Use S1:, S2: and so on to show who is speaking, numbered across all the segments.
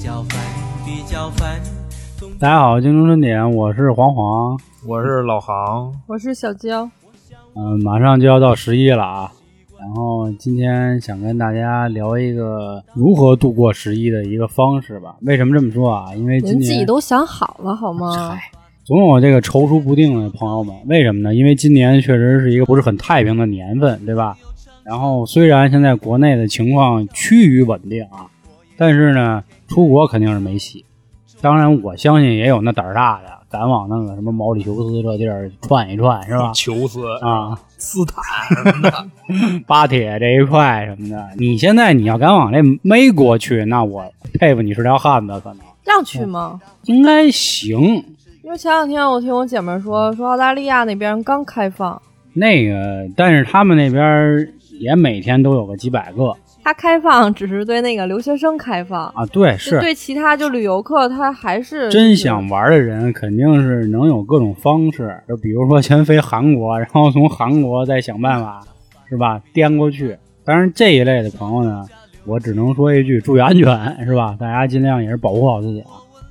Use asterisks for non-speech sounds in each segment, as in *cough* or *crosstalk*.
S1: 较烦，比较烦。
S2: 大家好，京中春点，我是黄黄。
S3: 我是老航，
S4: 我是小娇，
S2: 嗯、马上就要到十一了啊，然后今天想跟大家聊一个如何度过十一的一个方式吧。为什么这么说啊？因为今
S4: 您自己
S2: 年
S4: 都想好了好吗？
S2: 总有这个踌躇不定的朋友们，为什么呢？因为今年确实是一个不是很太平的年份，对吧？然后虽然现在国内的情况趋于稳定啊，但是呢，出国肯定是没戏。当然，我相信也有那胆儿大的，敢往那个什么毛里求斯这地儿窜一窜，是吧？
S3: 求斯、
S2: 啊，
S3: 斯坦什么的，
S2: 巴铁这一块什么的，你现在你要敢往这美国去，那我佩服你是条汉子，可能
S4: 让去吗？
S2: 应该行。
S4: 因为前两天我听我姐们儿说，说澳大利亚那边刚开放，
S2: 那个，但是他们那边儿也每天都有个几百个
S4: 它开放只是对那个留学生开放，
S2: 啊，对，
S4: 就是对其他就旅游客，它还是
S2: 真想玩的人肯定是能有各种方式，就比如说先飞韩国，然后从韩国再想办法，是吧？颠过去。当然这一类的朋友呢，我只能说一句注意安全，是吧？大家尽量也是保护好自己啊。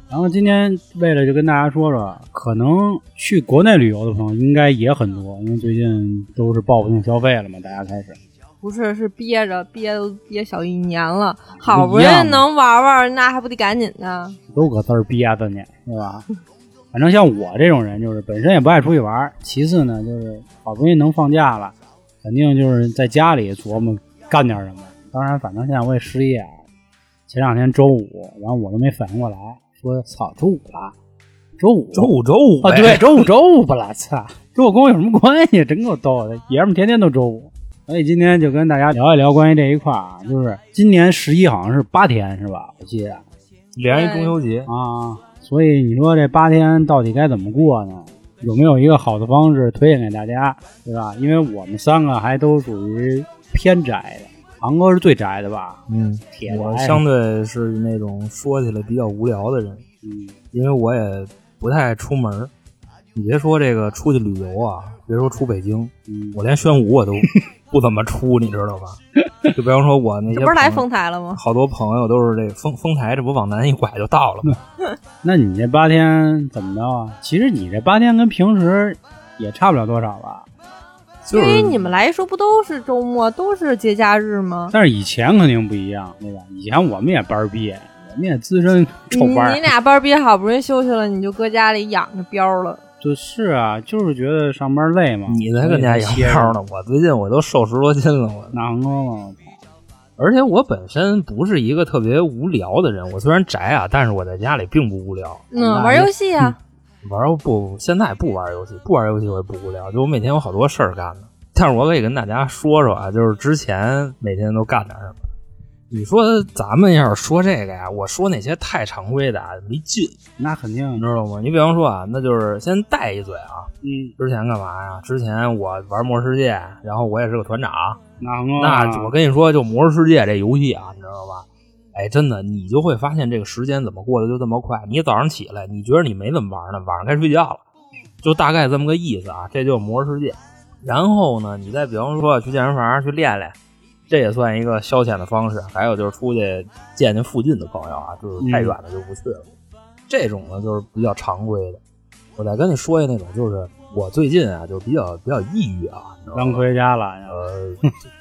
S2: 然后今天为了就跟大家说说，可能去国内旅游的朋友应该也很多，因为最近都是报复性消费了嘛，大家开始。
S4: 不是是憋着憋都憋小一年了，好不容
S2: 不一
S4: 易
S2: 样啊
S4: 能玩玩，那还不得赶紧的？
S2: 都搁字儿憋着呢，是吧？反正像我这种人，就是本身也不爱出去玩儿，其次呢，就是好不容易能放假了，肯定就是在家里琢磨干点什么。当然，反正现在我也失业啊，前两天周五，然后我都没反应过来，说操，周五了，周五，
S3: 周五周五
S2: 啊，
S3: 呗
S2: 对，，周五周五不了，操，周五跟我有什么关系？真够逗的，爷们儿天天都周五。所以今天就跟大家聊一聊关于这一块儿啊，就是今年十一好像是八天是吧？我记得。
S3: 连一中秋节，
S2: 啊，所以你说这八天到底该怎么过呢？有没有一个好的方式推荐给大家，对吧？因为我们三个还都属于偏宅的，航哥是最宅的吧？
S3: 嗯，
S2: 铁
S3: 我
S2: 宅
S3: 相对是那种说起来比较无聊的人，
S2: 嗯
S3: 因为我也不太爱出门儿。你别说这个出去旅游啊，别说出北京，
S2: 嗯，
S3: 我连宣武 *laughs* 我都不怎么出，你知道吧？就比方说我那些
S4: 这不是来
S3: 朋
S4: 丰台了吗？
S3: 好多朋友都是这丰丰台，这不往南一拐就到
S4: *laughs*
S3: 了吗。
S2: 那你这八天怎么着啊？其实你这八天跟平时也差不了多少吧，
S3: 就是
S4: 对于你们来说，不都是周末，都是节假日吗？
S2: 但是以前肯定不一样，对吧？以前我们也班儿毕业，我们也资深臭班儿
S4: 嗯你你俩班儿憋好不容易休息了，你就搁家里养着膘了。
S2: 就是啊，就是觉得上班累嘛。
S3: 你才跟家养
S2: 所以就歇着
S3: 膘呢，我最近我都瘦十多斤了，我
S2: 那航哥嘛，
S3: 而且我本身不是一个特别无聊的人，我虽然宅啊，但是我在家里并不无聊。
S2: 哎
S4: 嗯，玩游戏呀、
S3: 玩不现在不玩游戏，不玩游戏我也不无聊，就我每天有好多事儿干呢。但是我可以跟大家说说啊，就是之前每天都干点什么。你说咱们要是说这个呀，我说那些太常规的啊没劲，
S2: 那肯定
S3: 你知道吗？你比方说啊，那就是先带一嘴啊，
S2: 嗯，
S3: 之前干嘛呀？之前我玩魔兽世界，然后我也是个团长，
S2: 那很好啊
S3: 那我跟你说，就《魔兽世界》这游戏啊，你知道吧？哎，真的，你就会发现这个时间怎么过得就这么快。你早上起来，你觉得你没怎么玩呢，晚上该睡觉了，就大概这么个意思啊。这就是《魔兽世界》。然后呢，你再比方说去健身房去练练，这也算一个消遣的方式。还有就是出去见见附近的朋友啊，就是太远的就不去了。这种呢就是比较常规的。我再跟你说一那种，就是我最近啊就比较比较抑郁啊，你知道吗
S2: 当科学家了，
S3: 呃，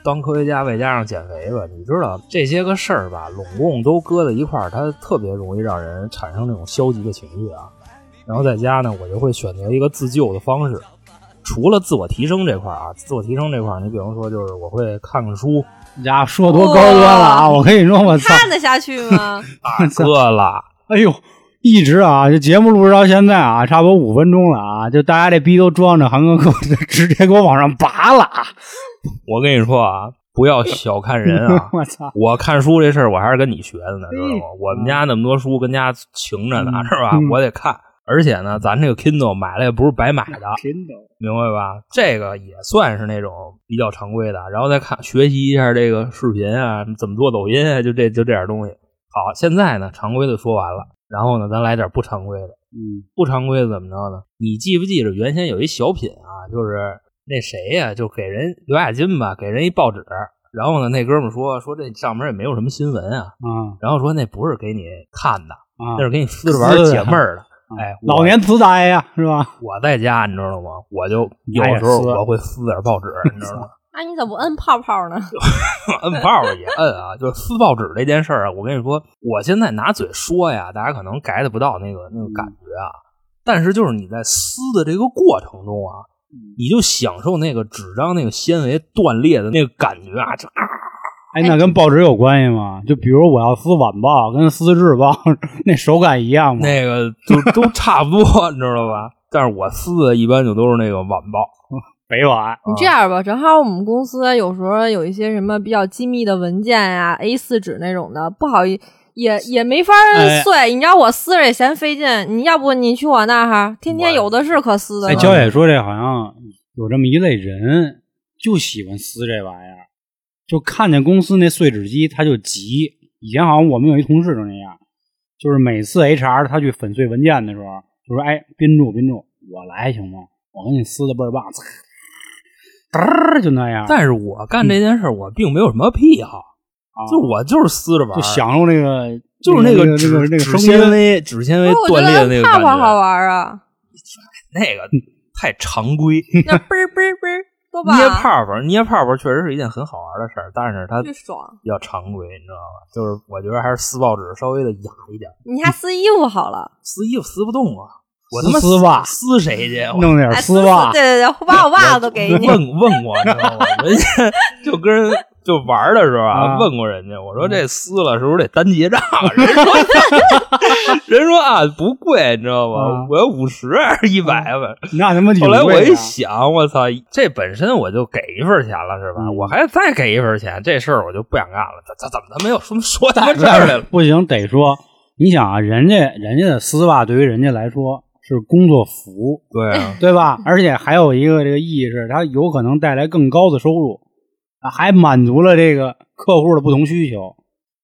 S3: 当科学家外加上减肥吧，你知道这些个事儿吧，拢共都搁在一块儿，它特别容易让人产生那种消极的情绪啊。然后在家呢，我就会选择一个自救的方式，除了自我提升这块儿啊，自我提升这块儿，你比方说就是我会看看书，
S2: 呀，说多高端了啊！
S4: 哇
S2: 我跟你说，我操，
S4: 看得下去 *laughs* 吗？
S2: *laughs*
S3: 大哥啦，
S2: 哎呦，一直啊，这节目录制到现在啊，差不多五分钟了啊，就大家这逼都装着，韩哥给我直接给我往上拔了，啊！。
S3: 我跟你说啊，不要小看人啊
S2: *laughs* 我操，
S3: 我看书这事儿，我还是跟你学的呢，知道吗？我们家那么多书跟家情着呢，
S2: 嗯
S3: 是吧
S2: 嗯？
S3: 我得看，而且呢，咱这个 Kindle 买了也不是白买的，啊
S2: 真的，
S3: 明白吧？这个也算是那种比较常规的，然后再看学习一下这个视频啊，怎么做抖音啊，就这就这点东西。好，现在呢，常规的说完了，然后呢，咱来点不常规的。
S2: 嗯，
S3: 不常规的怎么着呢？你记不记着原先有一小品啊，就是那谁呀、就给人刘亚金吧，给人一报纸，然后呢，那哥们儿说说这上面也没有什么新闻啊，
S2: 啊
S3: 然后说那不是给你看的，
S2: 啊
S3: 那是给你撕着玩儿解闷儿的。哎，我
S2: 老年痴呆呀，是吧？
S3: 我在家，你知道吗？我就有
S2: 哎呀
S3: 时候
S2: 撕
S3: 我会撕点报纸，你知道吗？
S4: 那你怎么不摁泡泡 *laughs* 呢？
S3: 摁报也摁啊，就是撕报纸这件事儿啊，我跟你说，我现在拿嘴说呀，大家可能 get 不到那个那个感觉啊，但是就是你在撕的这个过程中啊，
S2: 嗯
S3: 你就享受那个纸张那个纤维断裂的那个感觉啊，这啊
S2: 哎，那跟报纸有关系吗？就比如我要撕晚报，跟撕日报 *laughs* 那手感一样吗？
S3: 那个就都差不多，你 *laughs* 知道吧？但是我撕的一般就都是那个晚报，
S2: 北晚
S4: 你这样吧，正好我们公司有时候有一些什么比较机密的文件呀、a 四纸那种的，不好意也也没法
S2: 哎
S4: 碎。你知道我撕着也嫌费劲，你要不你去我那儿哈，天天
S3: 我
S4: 有的是可撕的
S2: 哎，
S4: 了。
S2: 焦野说这好像有这么一类人，就喜欢撕这玩意儿，就看见公司那碎纸机他就急。以前好像我们有一同事就那样，就是每次 HR 他去粉碎文件的时候，就说：“哎，宾住宾住，我来行吗？我给你撕的倍儿棒，呲嘚儿就那样，
S3: 但是我干这件事儿我并没有什么癖好，
S2: 啊
S3: 就是我就是撕着玩
S2: 就
S3: 儿，
S2: 享受那个，
S3: 就是那
S2: 那
S3: 个
S2: 那
S3: 纸
S2: 个那个
S3: 纸
S2: 声
S3: 纤
S2: 音。
S3: 维纸纤维
S4: 不过哎哦我
S3: 断
S4: 觉
S3: 裂的那
S4: 得
S3: 个
S4: 泡
S3: 感
S4: 泡好
S3: 觉，
S4: 玩
S3: *laughs*
S4: 啊，
S3: 那个太常规。
S4: 那嘣儿嘣儿嘣儿，多棒
S3: 捏
S4: 啊！
S3: 泡泡，捏泡泡确实是一件很好玩的事儿，但是它
S4: 巨
S3: 比
S4: 爽！
S3: 较常规，你知道吧？就是我觉得还是撕报纸稍微的雅一点，
S4: 你还撕衣服好了，
S3: 撕衣服撕不动啊，我
S2: 撕
S3: 他妈
S2: 丝袜
S3: 撕谁去？我
S2: 弄点
S4: 哎
S2: 丝袜，
S4: 对对对，我把我袜子都给
S3: *laughs*
S4: 你。
S3: 问问过，你知道吗？人家就跟人就玩的时候啊，
S2: 啊
S3: 问过人家，我说这撕了是不是得单结账？啊人
S2: *laughs*
S3: 说人说啊不贵，你知道吗
S2: 啊？
S3: 我要五十一百吧。
S2: 那他妈挺
S3: 后来我
S2: 贵
S3: 一
S2: 的
S3: 想，我操，这本身我就给一份钱了，是吧？
S2: 嗯
S3: 我还再给一份钱，这事儿我就不想干了。怎怎怎么他没有说说他这儿来了？
S2: 不行，得说，你想啊，人家人家的丝袜对于人家来说是工作服，
S3: 对啊，
S2: 对吧？而且还有一个这个意义是，它有可能带来更高的收入，啊，还满足了这个客户的不同需求，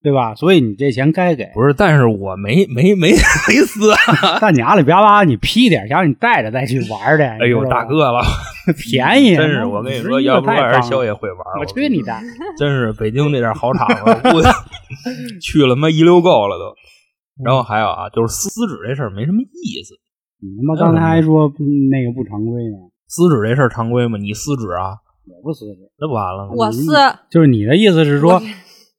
S2: 对吧？所以你这钱
S3: *laughs*
S2: 该给。
S3: 不是，但是我没没没 *laughs* 没啊撕。
S2: 但你阿里巴巴，你批点，然后你带着再去玩去。
S3: 哎呦，
S2: 你知道吗
S3: 大，哥了，
S2: 便宜，啊
S3: 真是我跟你说，
S2: 51
S3: 要不
S2: 太棒
S3: 然
S2: 了
S3: 肖也会玩。
S2: 我去你！的！
S3: 真是北京这点好厂子，我
S2: *laughs*
S3: 估计去了他妈一溜够了都。
S2: 嗯
S3: 然后还有啊，就是撕纸这事儿没什么意思。
S2: 你他妈刚才还说嗯那个不常规呢，
S3: 撕纸这事儿常规吗？你撕纸啊，
S2: 我不撕纸。
S3: 那不完了吗？
S4: 我撕，
S2: 就是你的意思是
S4: 我
S2: 说，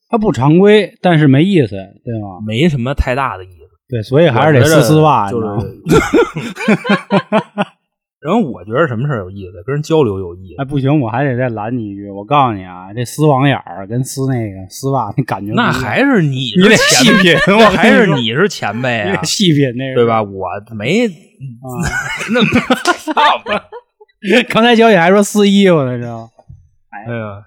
S2: 它不常规，但是没意思，对吗？
S3: 没什么太大的意思。
S2: 对，所以还是得
S3: 我觉
S2: 撕
S3: 得
S2: 丝袜，
S3: 就是
S2: 你知道吗。
S3: *laughs* 然后我觉得什么事儿有意思，跟人交流有意
S2: 哎，
S3: 思，
S2: 不行，我还得再拦你一句。我告诉你啊，这撕网眼儿跟撕那个丝袜那感觉不一
S3: 那
S2: 样，
S3: 还是你
S2: 你得
S3: 是前
S2: 细品，我
S3: 那还是
S2: 跟
S3: 你是前辈
S2: 说你
S3: 啊
S2: 得，细品那个，
S3: 对？吧？我没
S2: 啊，
S3: 那么，
S2: 刚才小姐还说撕衣服呢，知道吗？
S3: 哎呀，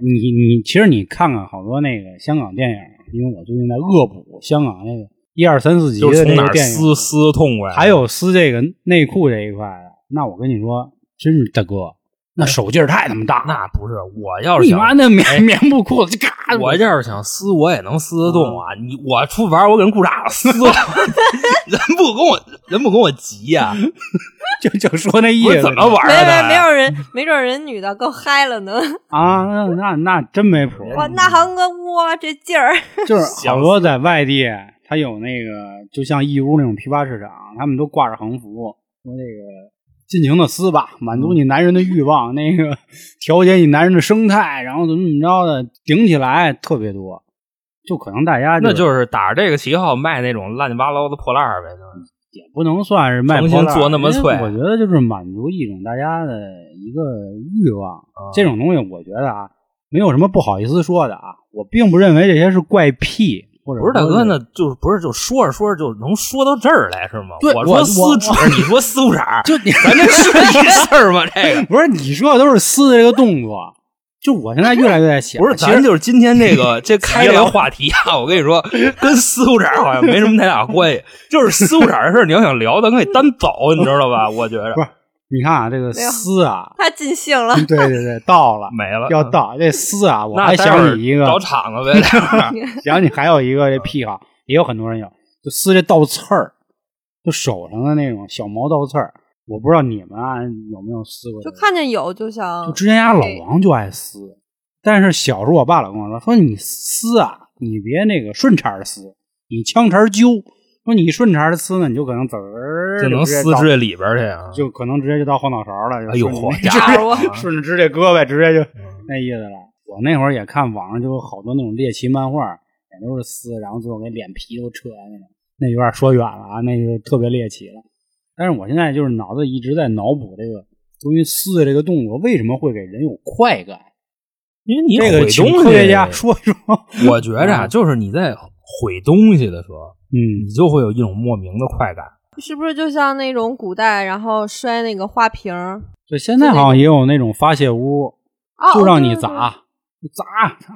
S2: 你你其实你看看好多那个香港电影，因为我最近在恶补香港那个一二三四集
S3: 就是
S2: 的
S3: 从哪
S2: 那个
S3: 儿
S2: 电影
S3: 撕，撕痛快，
S2: 还有撕这个内裤这一块的，那我跟你说，真是大哥，那手劲儿太他妈大了。
S3: 那不是我要是
S2: 哎你
S3: 想
S2: 妈那棉
S3: 哎
S2: 棉布裤子，嘎！
S3: 我要是想撕，我也能撕得动啊！
S2: 嗯
S3: 你我出门，我给人裤衩撕了， *laughs* 人不跟我人不跟我急
S2: *laughs*
S3: 呀、
S2: 就就说那意
S3: 我
S2: 思，
S3: 怎么玩
S4: 没
S3: 儿的？啊
S4: 没没有人，没准人女的更嗨了呢。
S2: 啊？那那那真没谱，
S4: 哇，那韩哥哇这劲儿，
S2: 就是好多在外地，他有那个就像义乌那种批发市场，他们都挂着横幅，说那个尽情的撕吧，满足你男人的欲望，那个调节你男人的生态，然后怎么怎么着的，顶起来特别多。就可能大家
S3: 那
S2: 就
S3: 就是打着这个旗号卖那种乱七八糟的破烂儿呗，就是
S2: 也不能算是卖
S3: 重新
S2: 破烂儿
S3: 做那么脆
S2: 因为我觉得就是满足一种大家的一个欲望，
S3: 啊
S2: 这种东西，我觉得啊，没有什么不好意思说的啊。我并不认为这些是怪癖，或者
S3: 不是大
S2: 说
S3: 哥，
S2: *laughs*
S3: 那就是不是就说着说着就能说到这儿来是吗？
S2: 对
S3: 我
S2: 我
S3: 说撕纸，你说撕裤衩儿，
S2: 就你
S3: 咱这是一事儿吗？这个
S2: 不是你说的都是撕的这个动作，就我现在越来越在想，
S3: *laughs* 不是，
S2: 其
S3: 咱
S2: 实
S3: 就是今天这 *laughs* 个这开这个话题啊，我跟你说，跟撕裤衩儿好像没什么太大关 *laughs* 系，就是撕裤衩儿的事儿，你要想聊，咱可以单走，你知道吧？我觉着
S2: 不是你看啊，这个撕啊，
S4: 他尽兴了。
S2: 对对对，
S3: *laughs*
S2: 到了
S3: 没了，
S2: 要到这撕啊，我
S3: 嗯那
S2: 还
S3: 待会
S2: 想
S3: 儿
S2: 起一个，
S3: 找场子呗，待会儿
S2: 想起还有一个这癖好，也有很多人有，就撕这倒刺儿，就手上的那种小毛倒刺儿，我不知道你们啊有没有撕过这
S4: 就
S2: 个，
S4: 看见有就想
S2: 就之前家老王就爱撕，但是小时候我爸老跟我说，说你撕啊，你别那个顺茬儿撕，你枪茬儿揪。说你顺茬儿撕呢，你就可能滋儿
S3: *laughs* 就能
S2: 直接
S3: 撕
S2: 到
S3: 这里边去啊！
S2: 就可能直接就到后脑勺了。
S3: *laughs* 哎
S2: 就
S3: 呦，
S2: 顺
S3: 好
S2: 着直
S3: 家
S2: 接
S3: 伙啊！
S2: 顺着直这胳膊直接就
S4: 嗯
S2: 那意思了。我那会儿也看网上就有好多那种猎奇漫画，也都是撕，然后最后给脸皮都扯那种。那有点说远了啊，那就特别猎奇了。但是我现在就是脑子一直在脑补这个关于撕的这个动作为什么会给人有快感。
S3: 因为你
S2: 这
S3: 毁
S2: 个请
S3: 东
S2: 科学
S3: 西，
S2: 家说
S3: *laughs*
S2: 说。嗯
S3: 我觉着啊，就是你在毁东西的时候，
S2: 嗯
S3: 你就会有一种莫名的快感。
S4: 是不是就像那种古代，然后摔那个花瓶儿？，
S2: 对，现在好像也有那种发泄屋，
S4: 哦
S2: 就让你
S4: 对对对
S2: 砸砸 *laughs* 砸砸，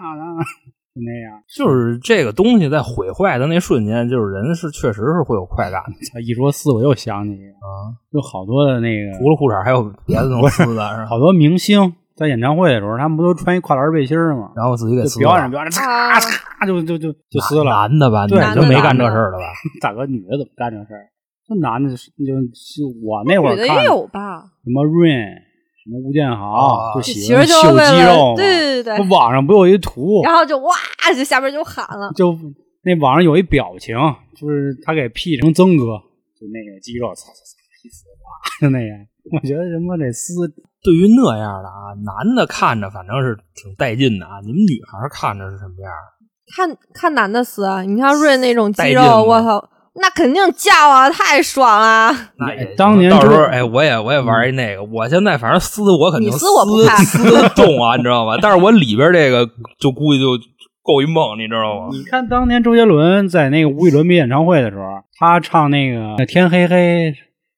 S2: 就那样。
S3: 就是这个东西在毁坏的那瞬间，就是人是确实是会有快感的
S2: 操一说撕，我又想起一个，
S3: 啊。
S2: 有好多的那个
S3: 除了裤衩，还有别的能撕的，是吧
S2: 好多明星在演唱会的时候，他们不都穿一跨栏背心儿吗？
S3: *laughs* 然后自己给
S2: 就
S3: 撕
S2: 表演
S3: 了
S2: 着。表演着，
S4: 啊
S2: 嚓嚓就就就就撕了。
S3: 男的吧？你
S2: 对
S3: 们就
S4: 男的
S3: 没干
S4: 男
S3: 这
S4: 的
S3: 事儿了吧？
S2: 大哥，女的怎么干这事儿？这男的就是就就我那会儿
S4: 女的
S2: 看
S4: 也
S2: 什
S4: 有吧？
S2: 么 Rain，什么吴建
S3: 啊
S2: 豪，就
S4: 其
S2: 喜
S4: 实
S2: 欢
S4: 就是
S2: 秀
S4: 为
S2: 肌肉
S4: 了
S2: 嘛。
S4: 对对对
S2: 不，网上不有一图，
S4: 然后就哇，就下边就喊
S2: *laughs*
S4: 了，
S2: 就那网上有一表情，就是他给 P 成曾哥，就那个肌肉，擦擦擦，一撕哇，就那样。 *laughs* 我觉得他妈这撕
S3: 对于那样的啊，男的看着反正是挺带劲的啊，你们女孩看着是什么样？
S4: 看看男的死，啊你像瑞那种肌
S3: 带劲吗
S4: 肉，我操，那肯定叫啊，太爽啊！
S3: 那
S2: 哎
S3: 也行
S2: 当年
S3: 到时候
S2: 就是
S3: 哎，我也我也玩一那个，我现在反正撕我肯定
S4: 你撕我不看
S3: 撕得动啊，你知道吗？但是我里边这个就估计就够一梦，你知道吗？
S2: 你看当年周杰伦在那个无与伦比演唱会的时候，他唱那
S3: 嗯
S2: 个《天黑黑》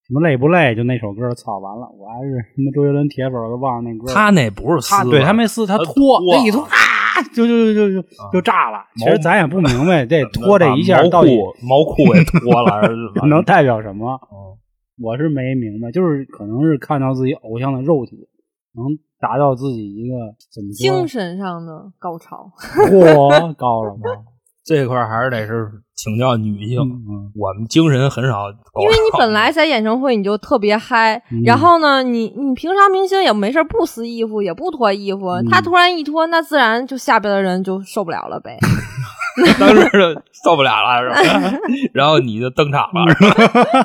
S2: 什么累不累，就那首歌，操，完了，我还是什么周杰伦铁粉，我都忘了那歌。
S3: 他那不是撕
S2: 他
S3: 了，
S2: 对他没撕，他拖，
S3: 他拖啊
S2: 那一拖啊，就就就就就就炸了。其实咱也不明
S3: *laughs*
S2: 白这拖这一下
S3: 毛
S2: 到底
S3: 裤毛裤也脱
S2: *laughs*
S3: 了，还是
S2: 能代表什么
S3: 嗯？
S2: 我是没明白，就是可能是看到自己偶像的肉体，能达到自己一个怎么
S4: 精
S2: 说？
S4: 神上的高潮，
S2: 嚯，高了吧？
S3: *laughs* 这块儿还是得是请教女性，
S2: 嗯，
S3: 我们精神很少搞
S4: 因为你
S3: 好
S4: 本
S2: *laughs*
S4: 来在演唱会你就特别嗨
S2: 嗯，
S4: 然后呢，你你平常明星也没事儿不撕衣服，也不脱衣服
S2: 嗯，
S4: 他突然一脱，那自然就下边的人就受不了了呗。
S3: 当时就受不了了，是
S4: *laughs*
S3: 吧？然后你就登场了，是吧？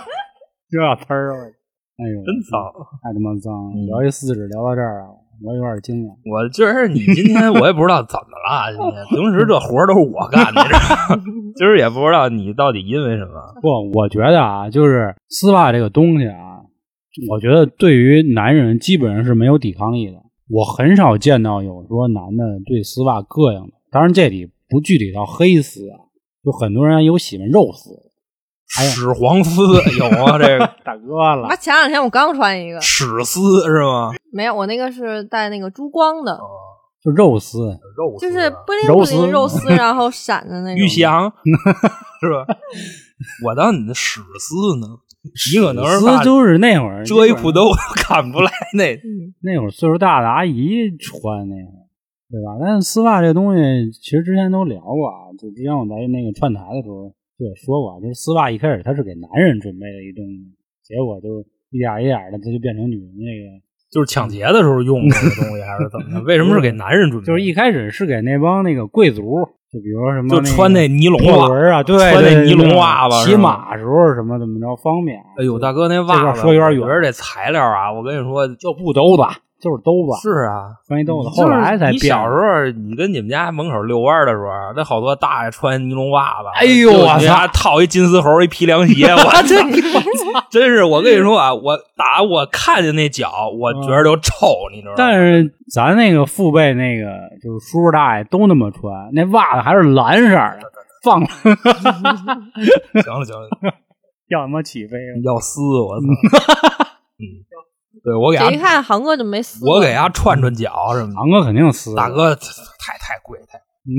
S2: 这小呲儿，我哎呦， *laughs*
S3: 真脏！
S2: 太他妈脏了！
S3: 嗯
S2: 聊一四指聊到这儿啊，我有点惊了。
S3: 我就是你今天我也不知道怎么了，今天平时这活儿都是我干的，是吧 *laughs* 今儿也不知道你到底因为什么。
S2: 不，我觉得啊，就是丝袜这个东西啊，我觉得对于男人基本上是没有抵抗力的。我很少见到有说男的对丝袜膈应的。当然，这里不具体到黑丝啊，就很多人有喜欢肉丝。哎呀
S3: 屎黄丝有啊，这个
S2: 大哥了
S4: 妈，，前两天我刚穿一个，
S3: 屎丝是吗？
S4: 没有，我那个是带那个珠光的，
S2: 哦就肉丝，
S3: 肉丝
S4: 就
S3: 啊
S4: 是不灵
S2: 肉
S4: 不
S2: 丝
S4: 灵肉
S2: *laughs*
S4: 丝，然后闪的
S2: 哎
S4: 那种。
S3: 玉祥是吧？我当你的屎丝呢？你可能是怕
S2: 丝就是那会儿
S3: 遮一裤兜都看不
S2: *laughs*
S3: 出来那
S4: 嗯
S2: 那会儿岁数大的阿姨穿那个，对吧？但是丝袜这东西，其实之前都聊过啊，就之前我在那个串台的时候就也说过啊，就是丝袜一开始它是给男人准备的一东西，结果就一点儿一点儿的，它就变成女人那
S3: 就是抢劫的时候用的这个东西，还是怎么
S2: *laughs*
S3: 的？为什么是给男人准备？
S2: 个，就是一开始是给那帮那个贵族，就比如说什么
S3: 就穿
S2: 那
S3: 那尼龙
S2: 破
S3: 袜
S2: 轮啊，对，
S3: 穿
S2: 对
S3: 那
S2: 对
S3: 尼龙
S2: 对
S3: 袜吧，
S2: 骑
S3: 是吧。
S2: 马时候什么怎么着方便。啊
S3: 哎呦，大哥，
S2: 哥
S3: 那袜子
S2: 这块说有点远
S3: 我觉得这材料啊，我跟你说，
S2: 就不兜子，就是兜子，
S3: 是啊，
S2: 穿一兜子。
S3: 就是
S2: 后来才
S3: 你
S2: 变
S3: 小时候，你跟你们家门口遛弯的时候，那好多大爷穿尼龙袜子，
S2: 哎呦
S3: 就
S2: 我
S3: 你
S2: 操
S3: 还套一金丝猴，一皮凉鞋，
S2: *laughs*
S3: 我这真是我跟你说啊，我打我看见那脚，我觉得就臭，你知道吗？
S2: 但是咱那个父辈那个就是叔叔大爷都那么穿，那袜子还是蓝色儿的，放了
S3: 行了行了，
S2: 要他妈起飞了。
S3: 要撕我
S2: *laughs*
S3: 操！嗯，对我给
S2: 啊
S4: 这一
S3: 他，
S4: 看韩哥就没撕过，
S3: 我给他串串脚什么的。
S2: 堂哥肯定撕，
S3: 大哥太太贵太贵。
S2: 嗯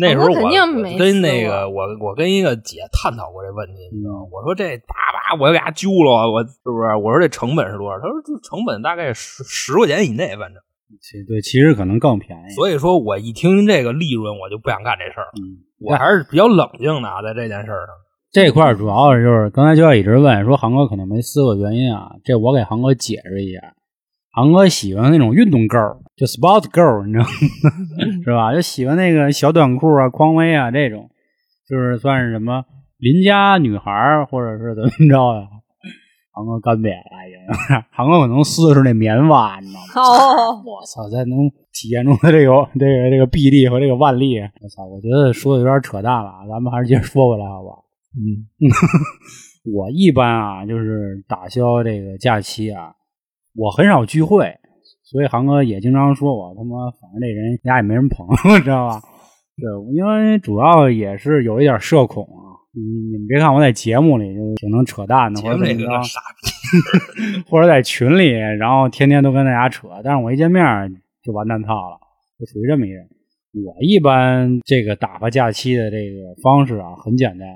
S3: 那时候
S4: 我
S3: 我
S4: 肯定没
S3: 我跟那
S4: 撕过
S3: 个我我跟一个姐探讨过这问题，你知道吗
S2: 嗯？
S3: 我说这叭叭，我给他揪了，我是不是？我说这成本是多少？他说这成本大概十十块钱以内，反正。
S2: 其对，其实可能更便宜。
S3: 所以说我一听这个利润，我就不想干这事儿了。
S2: 嗯，
S3: 我还是比较冷静的啊，在这件事儿上。
S2: 这块儿主要就是刚才就要一直问说航哥肯定没撕过原因啊，这我给航哥解释一下。航哥喜欢那种运动 girl，就 sport girl，你知道吗？ *laughs* 是吧？就喜欢那个小短裤啊、匡威啊这种，就是算是什么邻家女孩儿或者是怎么着呀、航哥干瘪了已经，航哥可能撕的是那棉袜，你知道吗？
S4: 哦，
S2: *laughs* 我操，才能体现出他这个这个这个臂力和这个腕力。啊我操，我觉得说的有点扯淡了，啊，咱们还是接着说回来，好不好？
S3: 嗯，
S2: 我一般啊，就是打消这个假期啊，我很少聚会，所以航哥也经常说我他妈，反正这人家也没人捧， *laughs* 知道吧？对，因为主要也是有一点社恐啊。你你们别看我在节目里就是挺能扯淡的，或
S3: 节
S2: 者
S3: 目
S2: 怎
S3: 里
S2: 么
S3: 个
S2: 着，
S3: 傻逼，
S2: 或者在群里，然后天天都跟大家扯，但是我一见面就完蛋套了，就属于这么一人。我一般这个打发假期的这个方式啊，很简单，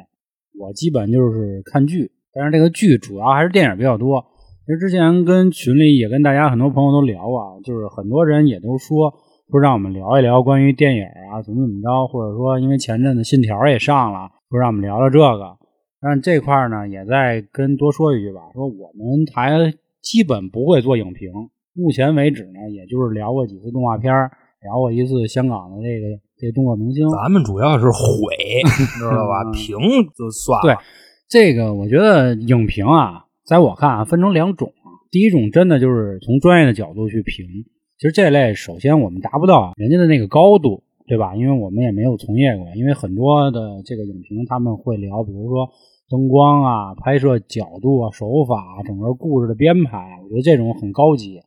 S2: 我基本就是看剧，但是这个剧主要还是电影比较多。其实之前跟群里也跟大家很多朋友都聊啊，就是很多人也都说说让我们聊一聊关于电影啊怎么怎么着，或者说因为前阵子《信条》也上了，说让我们聊聊这个。但是这块儿呢，也再跟多说一句吧，说我们台基本不会做影评，目前为止呢，也就是聊过几次动画片儿，聊过一次香港的这个这动作明星。
S3: 咱们主要是毁， *laughs* 知道吧？评就算了，
S2: 这个我觉得影评啊，在我看啊，分成两种啊。第一种真的就是从专业的角度去评，其实这类首先我们达不到人家的那个高度，对吧？因为我们也没有从业过，因为很多的这个影评他们会聊，比如说灯光啊、拍摄角度啊、手法啊、整个故事的编排啊，我觉得这种很高级。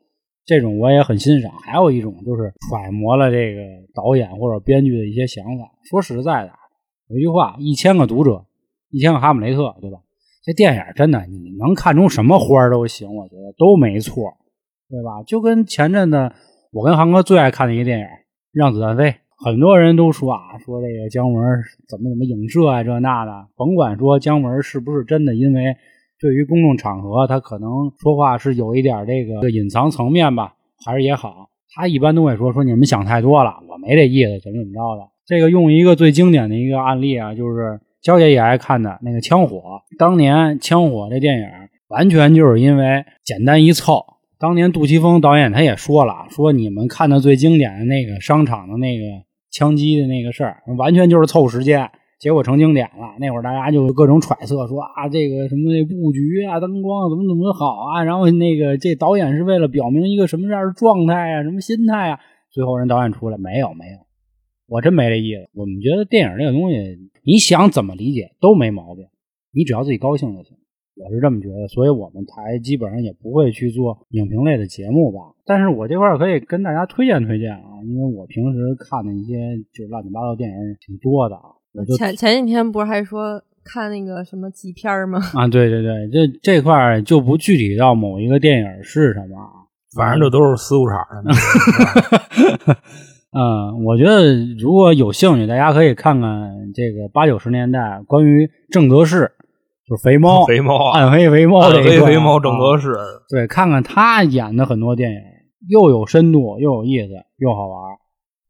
S2: 这种我也很欣赏。还有一种就是揣摩了这个导演或者编剧的一些想法。说实在的啊，有一句话：一千个读者，一千个哈姆雷特，对吧？这电影真的，你能看出什么花儿都行，我觉得都没错，对吧？就跟前阵子我跟航哥最爱看的一个电影《让子弹飞》，很多人都说啊，说这个姜文怎么怎么影射啊，这那的，甭管说姜文是不是真的，因为对于公众场合，他可能说话是有一点这个隐藏层面吧，还是也好。他一般都会说说你们想太多了，我没这意思，怎么怎么着的。这个用一个最经典的一个案例啊，就是娇姐也爱看的那个《枪火》，当年《枪火》这电影完全就是因为简单一凑。当年杜琪峰导演他也说了，说你们看的最经典的那个商场的那个枪击的那个事儿，完全就是凑时间。结果成经典了。那会儿大家就各种揣测说啊，这个什么这布局啊、灯光怎么怎么好啊，然后那个这导演是为了表明一个什么样的状态啊、什么心态啊。最后人导演出来没有没有，我真没这意思。我们觉得电影这个东西，你想怎么理解都没毛病，你只要自己高兴就行。我是这么觉得，所以我们台基本上也不会去做影评类的节目吧。但是我这块儿可以跟大家推荐推荐啊，因为我平时看的一些就乱七八糟电影挺多的啊。我就
S4: 前前几天不是还说看那个什么极片儿吗？
S2: 啊，对对对，这这块儿就不具体到某一个电影是什
S3: *laughs*
S2: 么啊。
S3: 反正这都是私物场的。 *laughs*
S2: 嗯，我觉得如果有兴趣，大家可以看看这个八九十年代关于郑则仕，就是肥
S3: *laughs*
S2: 猫、
S3: 肥猫啊，
S2: 暗黑肥猫这
S3: 暗
S2: 一
S3: 黑
S2: 段
S3: 肥猫
S2: 啊
S3: 郑则仕，
S2: 对，看看他演的很多电影，又有深度，又有意思，又好玩儿。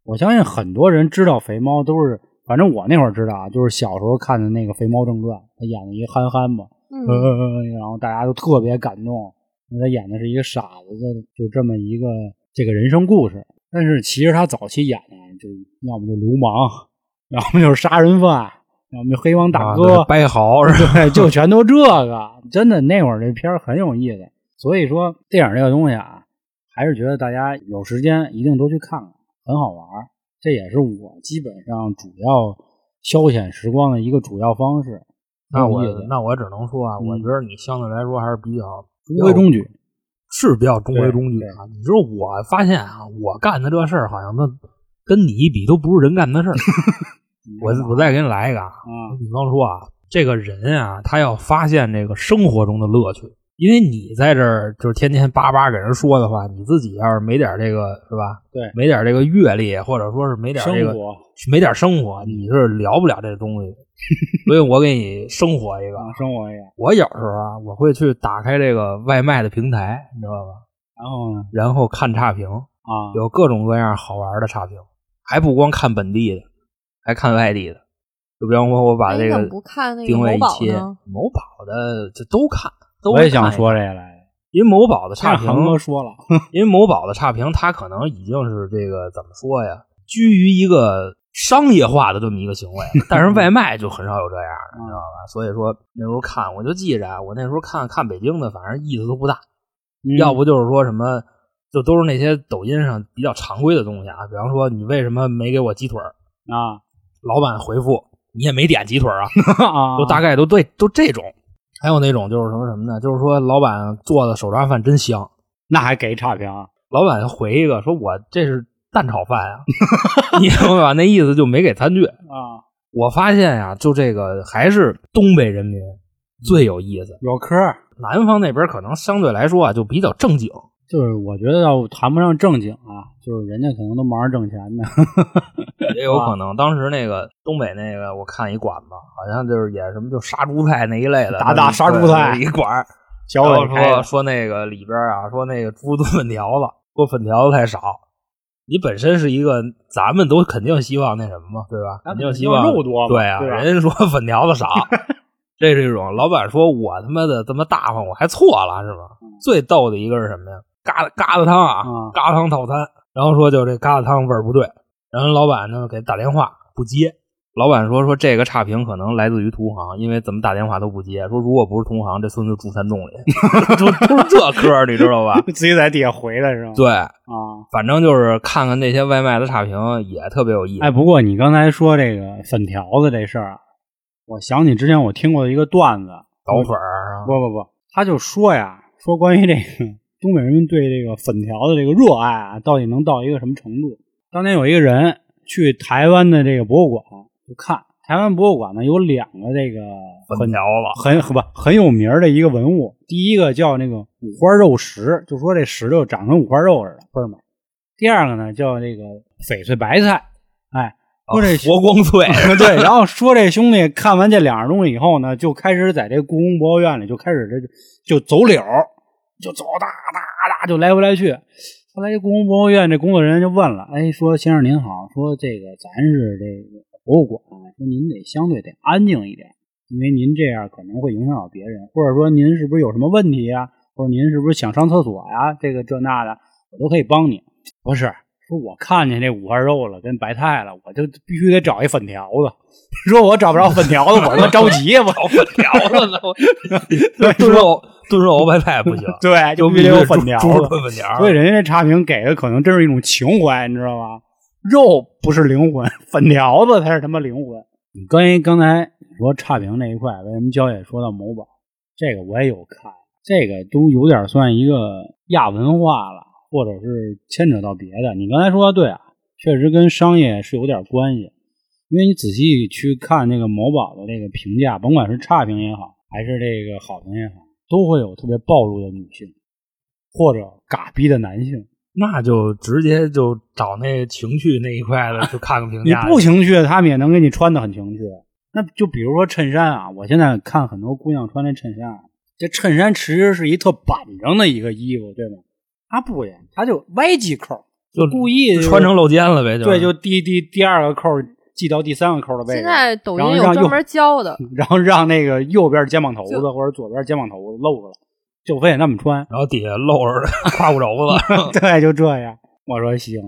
S2: 我相信很多人知道肥猫都是，反正我那会儿知道啊，就是小时候看的那个《肥猫正传》，他演的一个憨憨嘛，
S4: 嗯，
S2: 呃，然后大家都特别感动，因为他演的是一个傻子的，就这么一个这个人生故事。但是其实他早期演的就要么就流氓，要么就是杀人犯，要么就黑帮大
S3: 啊
S2: 哥，
S3: 对掰豪是吧？
S2: 对，就全都这个。真的那会儿这片儿很有意思，所以说电影这个东西啊，还是觉得大家有时间一定多去看看，很好玩儿。这也是我基本上主要消遣时光的一个主要方式。
S3: 那我
S2: 有意思
S3: 那我只能说啊，我
S2: 嗯
S3: 觉得你相对来说还是比较
S2: 中规中矩，
S3: 是比较中规中矩啊。你说我发现啊，我干的这事儿好像都跟你一比都不是人干 *laughs* 的事儿。我我再给你来一个啊，
S2: 啊，
S3: 比方说啊，这个人啊，他要发现这个生活中的乐趣，因为你在这儿就是天天叭叭给人说的话，你自己要是没点这个是吧？
S2: 对
S3: 没点这个阅历，或者说是没点这
S2: 生
S3: 个
S2: 活
S3: 没点生活，你是聊不了这东西的。所以我给你生活一个，
S2: 啊，生活一个。
S3: 我有时候啊，我会去打开这个外卖的平台，你知道吧？
S2: 然后呢？
S3: 然后看差评，
S2: 啊，
S3: 有各种各样好玩的差评，还不光看本地的，还看外地的。就比方说，我把
S4: 哎
S3: 这
S4: 你怎
S3: 个
S4: 么不看那个
S3: 定位
S4: 某
S3: 一
S4: 宝
S3: 切
S4: 呢，
S3: 某宝的就都看，都
S2: 我也
S3: 看
S2: 想
S3: 一
S2: 说这个来着。
S3: 因为某宝的差
S2: 看
S3: 评，
S2: 航哥说了，
S3: 因为某宝的差评，它可能已经是这个怎么说呀，居于一个商业化的这么一个行为，但是外卖就很少有这样的，你知道吧？所以说那时候看，我就记着啊，我那时候看看北京的，反正意思都不大，
S2: 嗯
S3: 要不就是说什么，就都是那些抖音上比较常规的东西啊，比方说你为什么没给我鸡腿儿？
S2: 啊
S3: 老板回复你也没点鸡腿儿啊，
S2: 啊，
S3: 都大概都对，都这种。还有那种就是什么什么呢？就是说老板做的手抓饭真香，
S2: 那还给差评？啊
S3: 老板回一个说：“我这是蛋炒饭啊，你明白吧？那意思就没给餐具。
S2: *laughs* 啊，
S3: 我发现呀、就这个还是东北人民最有意思。
S2: 有嗑儿，
S3: 南方那边可能相对来说啊，就比较正经。
S2: 就是我觉得要谈不上正经啊，就是人家可能都忙着挣钱呢。
S3: 也有可能。当时那个东北那个，我看一馆子，好像就是也什么就杀猪菜那一类的，嗯
S2: 打打杀猪菜
S3: 对一馆儿。
S2: 小
S3: 然后
S2: 伟开
S3: 说
S2: 的
S3: 说那个里边啊，说那个猪炖粉条子，说粉条子太少。你本身是一个，咱们都肯定希望那什么嘛，对吧？
S2: *laughs* 咱
S3: 肯
S2: 们
S3: 定希望
S2: 肉多嘛
S3: 对啊，
S2: 对吧
S3: 人家
S2: *laughs*
S3: 说粉条子少，这是一种。老板说我他妈的这么大方，我还错了是吗？最逗的一个是什么呀？疙瘩疙瘩汤啊，
S2: 嗯
S3: 疙瘩汤套餐，然后说就这疙瘩汤味儿不对，然后老板呢给打电话不接，老板说说这个差评可能来自于同行，因为怎么打电话都不接，说如果不是同行，这孙子住山洞
S2: *laughs*
S3: 里，就都是这嗑儿，你知道吧？
S2: 自己在底下回的是吗？
S3: 对，
S2: 啊，
S3: 反正就是看看那些外卖的差评也特别有意思。
S2: 哎，不过你刚才说这个粉条子这事儿啊，我想起之前我听过一个段子，
S3: 倒粉儿啊，
S2: 不不不，他就说呀，说关于这个东北人民对这个粉条的这个热爱啊，到底能到一个什么程度？当年有一个人去台湾的这个博物馆就看，台湾博物馆呢有两个这个
S3: 粉条了，
S2: 很很不很有名儿的一个文物，第一个叫那个五花肉石，就说这石头长跟五花肉似的，倍儿美。第二个呢叫那个翡翠白菜，哎，说这
S3: 啊佛光
S2: *laughs*
S3: 脆
S2: 对，然后说这兄弟看完这两样东西以后呢，就开始在这故宫博物院里就开始这就走柳儿，就走哒哒哒，就来回来去。后来这故宫博物院这工作人员就问了，哎，说先生您好，说这个咱是这个博物馆，说您得相对得安静一点，因为您这样可能会影响到别人，或者说您是不是有什么问题呀、或者您是不是想上厕所呀、这个这那的，我都可以帮你。不是，说我看见这五花肉了跟白菜了，我就必须得找一粉条子。 *laughs* 说我找不着粉条子，我他妈着急，我
S3: *laughs* 倒粉条了呢， *laughs* 我炖
S2: 对说
S3: 肉炖肉白菜 *laughs* 不行，
S2: 对，就必须
S3: 必须
S2: 得有
S3: 得
S2: 粉条
S3: 猪猪
S2: 子。
S3: 炖粉条。
S2: 所以人家这差评给的可能真是一种情怀，你知道吗？肉不是灵魂， *laughs* 粉条子才是他妈灵魂。你关于刚才你说差评那一块，为什么焦姐说到某宝，这个我也有看，这个都有点算一个亚文化了，或者是牵扯到别的。你刚才说的对啊，确实跟商业是有点关系，因为你仔细去看这个某宝的这个评价，甭管是差评也好，还是这个好评也好，都会有特别暴露的女性。或者嘎逼的男性，
S3: 那就直接就找那情趣那一块的，就看个评 *laughs*
S2: 你
S3: 价。
S2: 不情趣，他们也能给你穿的很情趣。那就比如说衬衫啊，我现在看很多姑娘穿这衬衫啊，这衬衫其实是一特板正的一个衣服，对吗？它不也，它就歪几扣，
S3: 就
S2: 故意就是
S3: 穿成露肩了呗，
S2: 对，
S3: 就
S2: 就第第第二个扣系到第三个扣的位置，
S4: 现在抖
S2: 然后
S4: 音有
S2: 让嗯
S4: 专
S2: 右
S4: 门教的，
S2: 然后让那个右边肩膀头子
S4: 就
S2: 或者左边肩膀头子露出来，就非得那么穿。
S3: 然后底下露着 *laughs* 胯骨轴 *laughs* 子，
S2: 对，就这样。我说行，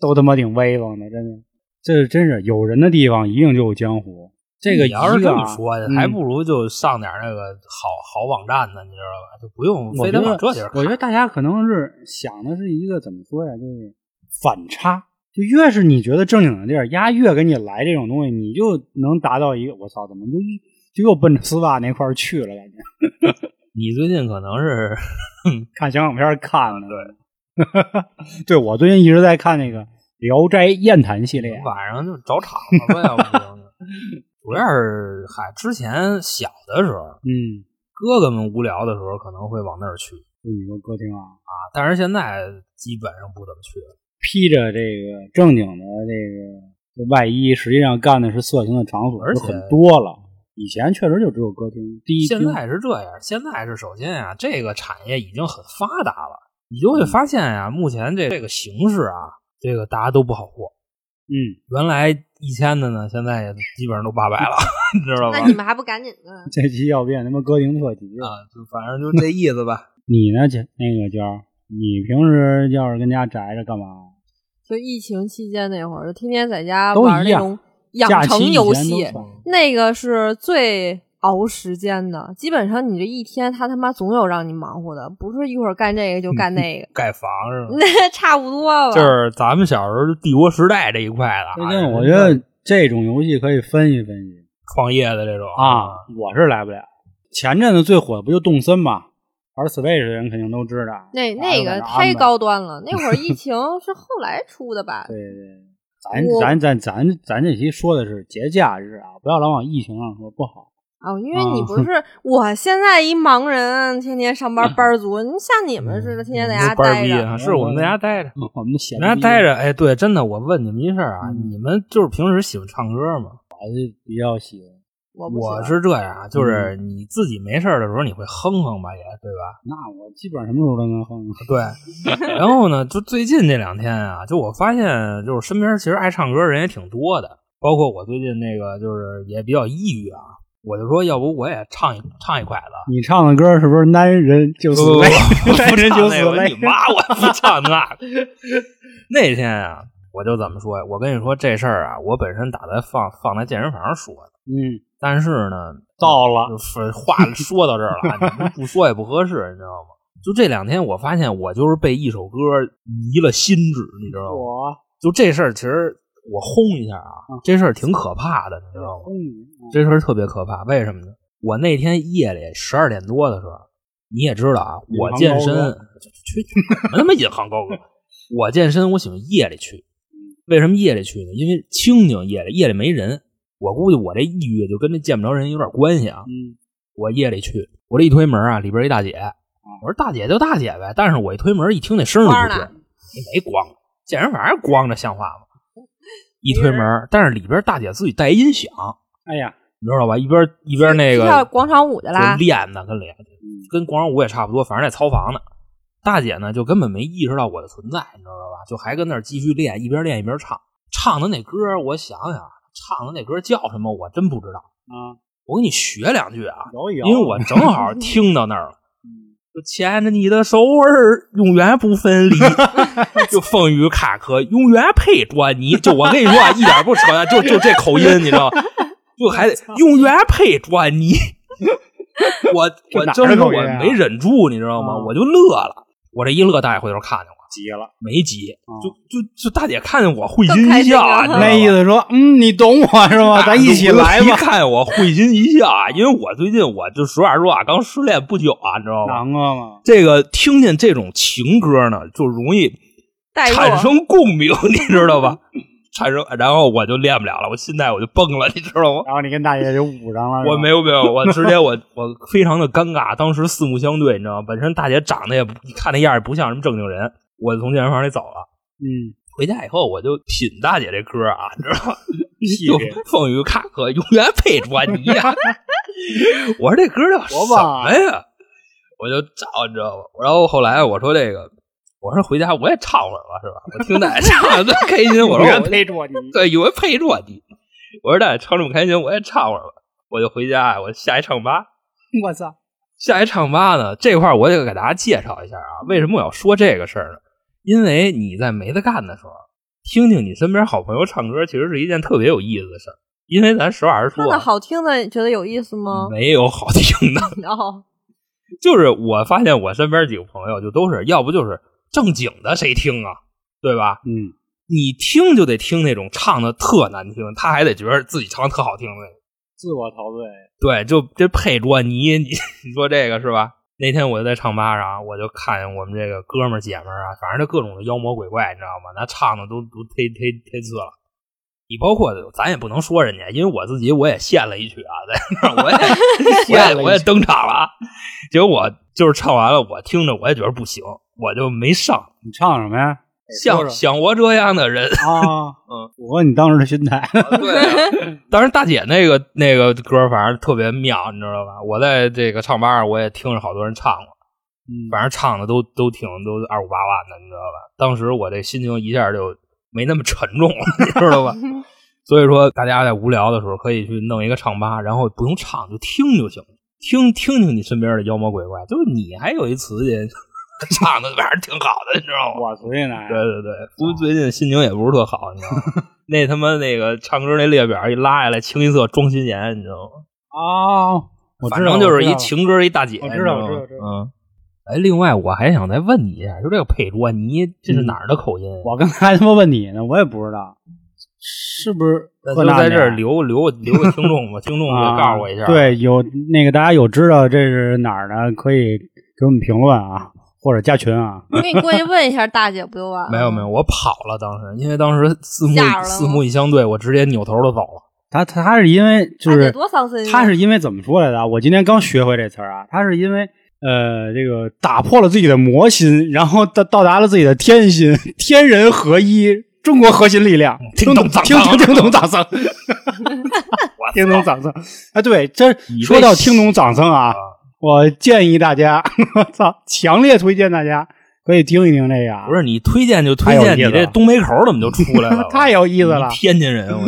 S2: 都他妈挺威风的，真的。这真是有人的地方一定就有江湖。这个
S3: 你要是
S2: 一
S3: 这
S2: 个
S3: 么
S2: 啊
S3: 说呀，
S2: 嗯
S3: 还不如就上点那个好好网站呢，你知道吧？就不用
S2: 我
S3: 非得
S2: 觉得
S3: 往这地儿看。
S2: 我觉得大家可能是想的是一个怎么说呀，就是反差。就越是你觉得正经的地儿，丫越给你来这种东西，你就能达到一个我操，怎么就一就又奔着丝袜那块儿去了？感觉
S3: 你最近可能是
S2: 看香港片儿看了， *laughs* 对，对我最近一直在看那个《聊斋艳谭》系列，
S3: *laughs*
S2: 啊
S3: 晚上就找场子呗，要不 *laughs* 行。主要是嗨，之前小的时候，
S2: 嗯，
S3: 哥哥们无聊的时候可能会往那儿去
S2: 就你说歌厅啊，
S3: 啊，但是现在基本上不怎么去了。
S2: 披着这个正经的这个外衣，实际上干的是色情的场所
S3: 而
S2: 就
S3: 且
S2: 很多了。以前确实就只有歌厅，第一
S3: 现
S2: 厅
S3: 在是这样，现在是首先啊，这个产业已经很发达了，你就会发现啊，目前这这个形势啊，这个大家都不好过。
S2: 嗯， *laughs*
S3: 原来一千的呢，现在也基本上都八百了， *laughs* 你知道吧？
S4: 那你们还不赶紧的？
S3: 啊
S2: 这期要变他妈歌厅特辑了。
S3: 啊，就反正就这意思吧。，
S2: 你呢，姐那个娇儿，你平时要是跟家宅着干嘛？
S4: 就疫情期间那会儿，就天天在家
S2: 都
S4: 玩
S2: 一
S4: 那
S2: 样
S4: 种养
S2: 假期
S4: 成
S2: 以
S4: 游
S2: 前都
S4: 戏，
S2: 算
S4: 那个是最熬时间的。基本上你这一天，他他妈总有让你忙活的，不是一会儿干这个就干那个
S3: 盖房是吧？
S4: 那差不多吧。
S3: 就是咱们小时候帝国时代这一块的
S2: 最
S3: 啊，
S2: 近我觉得这种游戏可以分析分析
S3: 创业的这种，
S2: 啊，我是来不了。前阵子最火的不就动森嘛，玩 Switch 的人肯定都知道。
S4: 那
S2: 哪有
S4: 那个
S2: 哪儿安
S4: 太
S2: 排
S4: 高端了，那会儿疫情是后来出的吧？
S2: 对对，咱
S4: 我
S2: 咱咱咱咱这期说的是节假日啊，不要老往疫情上说不好。 *laughs*
S4: 哦，因为你
S2: 啊
S4: 不是我现在一盲人，天天上班班儿族，你像你们似的，天天在家
S3: 嗯班儿
S4: 待
S3: 逼
S4: 着，
S3: 啊是我们在家待着。
S2: 我们闲
S3: 在家
S2: 逼
S3: 待着，哎，对，真的，我问你们一事儿啊，
S2: 嗯
S3: 你们就是平时喜欢唱歌吗？
S2: 比较喜欢，
S4: 我不
S3: 我
S4: 行
S3: 是这样啊，就是你自己没事儿的时候，你会哼哼吧，也对吧？
S2: 那我基本上什么时候都能哼。 *laughs*
S3: 对。然后呢，就最近这两天啊，就我发现，就是身边其实爱唱歌人也挺多的，包括我最近那个就是也比较抑郁啊，我就说要不我也唱一唱一块子。
S2: 你唱的歌是不是男人就
S3: 不
S2: 是
S3: 不不，
S2: 泪，
S3: 不
S2: *laughs* 男人就
S3: 唱
S2: 是
S3: 那个，
S2: 泪
S3: 你？妈，我不唱那个。那天啊，我就怎么说呀？我跟你说这事儿啊，我本身打算放放在健身房说的，
S2: 嗯，
S3: 但是呢，
S2: *laughs* 到了，
S3: 就是 *laughs* 话说到这儿了啊，你不说也不合适，你知道吗？就这两天，我发现我就是被一首歌迷了心智，你知道吗？
S2: 我
S3: 就这事儿，其实我轰一下啊
S2: 啊嗯，
S3: 这事儿挺可怕的，你知道吗？
S2: 啊
S3: 这事儿特别可怕，为什么呢？我那天夜里十二点多的时候，你也知道啊，
S2: 引
S3: 我
S2: 吭
S3: 健
S2: 高
S3: 身
S2: 歌
S3: 去什么他妈引吭高歌？我健身我喜欢夜里去，
S2: 嗯
S3: 为什么夜里去呢？因为清静夜里，夜里没人。我估计我这抑郁就跟这见不着人有点关系啊。
S2: 嗯，
S3: 我夜里去，我这一推门啊，里边一大姐，
S2: 嗯
S3: 我说大姐就大姐呗，但是我一推门一听那声儿就不
S4: 光呢
S3: 对，没光，健身房光着像话吗？一推门，但是里边大姐自己带音响，
S2: 哎呀，
S3: 你知道吧？一边一边那
S4: 去跳
S3: 个
S4: 广场舞去啦
S3: 就。
S4: 嗯
S3: 练呢，跟练跟广场舞也差不多，反正在操房呢。大姐呢就根本没意识到我的存在，你知道吧？就还跟那儿继续练，一边练一边唱，唱的那歌我想想啊，唱的那歌叫什么我真不知道，
S2: 啊，
S3: 我给你学两句啊，
S2: 有有，
S3: 因为我正好听到那儿了。
S2: 嗯
S3: *laughs* 就牵着你的手儿，永远不分离。 *laughs* 就风雨坎坷，永远配着你。就我跟你说啊，一点不扯淡，就 *laughs* 就这口音，你知道吗？就还得永远配着 *laughs* 你。我我真是我
S2: 这哪儿的口音啊
S3: 没忍住，你知道吗？
S2: 嗯
S3: 我就乐了。我这一乐，大爷回头看见我，
S2: 急了，
S3: 没急，
S2: 嗯
S3: 就就就大姐看见我会心一笑啊，
S4: 更开心了 *laughs*
S3: 你知道吗
S2: 那意思说，嗯，你懂我是吧？咱一起来
S3: 一 *laughs*
S2: 吧。
S3: 看我会心一笑啊，因为我最近我就实话说啊，刚失恋不久啊，你知道吗？
S2: 难过吗？
S3: 这个听见这种情歌呢，就容易
S4: 带入
S3: 产生共鸣，你知道吧？产生，然后我就练不了了，我心态我就崩了，你知道吗？
S2: 然后你跟大姐就捂上了，
S3: 我没
S2: 有，
S3: 有没有，我直接我我非常的尴尬，当时四目相对，你知道吗？本身大姐长得也不，你看那样也不像什么正经人，我就从健身房里走了。 *laughs*
S2: 嗯，
S3: 回家以后我就品大姐这歌啊，你知道吗？
S2: *laughs* 细
S3: 就 *laughs*
S2: 致
S3: 风雨坎坷，永远陪着你呀。我说这歌叫什么呀？我就找，你知道吗？然后后来我说这个，我说回家我也唱会儿吧，是吧？我听大家 *laughs* 唱的开心，我说
S2: 原
S3: 我
S2: 配着
S3: *laughs*
S2: 你，
S3: 对，有人陪着你。我说大家唱这么开心，我也唱会儿吧。我就回家，我下一唱吧。
S2: 我操，
S3: 下一唱吧呢，这块儿我得给大家介绍一下啊，为什么我要说这个事儿呢？因为你在没得干的时候，听听你身边好朋友唱歌，其实是一件特别有意思的事儿。因为咱实话实说
S4: 唱的
S3: 啊，
S4: 好听的，觉得有意思吗？
S3: 没有好听的， *laughs*
S2: *laughs*
S4: 然
S2: 哦
S4: 后
S3: 就是我发现我身边几个朋友就都是，要不就是正经的谁听啊，对吧？
S2: 嗯，
S3: 你听就得听那种唱的特难听，他还得觉得自己唱的特好听的，
S2: 自我陶醉，
S3: 对，就这配着你，你你说这个是吧？那天我就在唱吧上，我就看见我们这个哥们儿姐们儿啊，反正就各种的妖魔鬼怪，你知道吗？那唱的都都忒忒忒次了。你包括咱也不能说人家，因为我自己我也献了一曲啊，在那儿我
S2: *laughs*
S3: 也我
S2: 献
S3: 也
S2: 了一曲
S3: 我也登场了啊。结果我就是唱完了，我听着我也觉得不行，我就没上。
S2: 你唱什么呀？
S3: 像像我这样的人，
S2: *laughs* 啊，
S3: 嗯，
S2: 符合你当时的心态，
S3: 对、 *laughs* 当然大姐那个那个歌反正特别妙，你知道吧？我在这个唱吧上我也听着好多人唱过，
S2: 嗯
S3: 反正唱的都都挺都二五八万的，你知道吧？当时我这心情一下就没那么沉重了，你知道吧？所以说大家在无聊的时候可以去弄一个唱吧，然后不用唱就听就行，听听听你身边的妖魔鬼怪，就是 *laughs* 你还有一词去唱的，反正挺好的，你知道吗？
S2: 我随意
S3: 对
S2: 拿
S3: 对对，不最近心情也不是特好，你知道 *laughs* 吗？那他妈那个唱歌那列表一拉下来，清一色装心妍，你知道吗？
S2: 哦，我
S3: 反
S2: 知道，
S3: 正就是
S2: 我知道
S3: 一情歌一大姐，
S2: 我知道
S3: 你
S2: 我知道
S3: 吗嗯。哎，另外我还想再问你一下，就这个佩卓，你这是哪儿的口音？
S2: 我刚才他妈问你呢，我也不知道是不是
S3: 那
S2: 河
S3: 就
S2: 南
S3: 在
S2: 的
S3: 这儿留留留给听 *laughs* 众吧，听众就
S2: 啊
S3: 告诉我一下。，
S2: 对，有那个大家有知道这是哪儿的，可以给我们评论啊，或者加群啊。
S4: 我 *laughs* 给你过去问一下大姐不就完了？
S3: 没有没有，，我跑了，当时因为当时四目
S4: 吓着了吗
S3: 四目一相对，我直接扭头就走了。
S2: 他他他是因为就
S4: 大姐
S2: 是
S4: 多伤心啊。
S2: 他是因为怎么说来的？我今天刚学会这词儿啊，他是因为呃这个打破了自己的魔心，然后到到达了自己的天心， *laughs* 天人合一。中国核心力量，
S3: 听懂掌
S2: 听
S3: 声
S2: 听听懂掌声，
S3: *laughs*
S2: 听懂掌声啊！对，这
S3: 你
S2: 说
S3: 这
S2: 到听懂掌声啊，我建议大家， *laughs* 我操，强烈推荐大家可以听一听这个啊，
S3: 不是你推荐就推
S2: 太有
S3: 荐，
S2: 意思
S3: 你这
S2: 了？
S3: 东北口怎么就出来 *laughs* 了
S2: *laughs* 太有意
S3: 意
S2: 思了。
S3: 天津人， *laughs* 我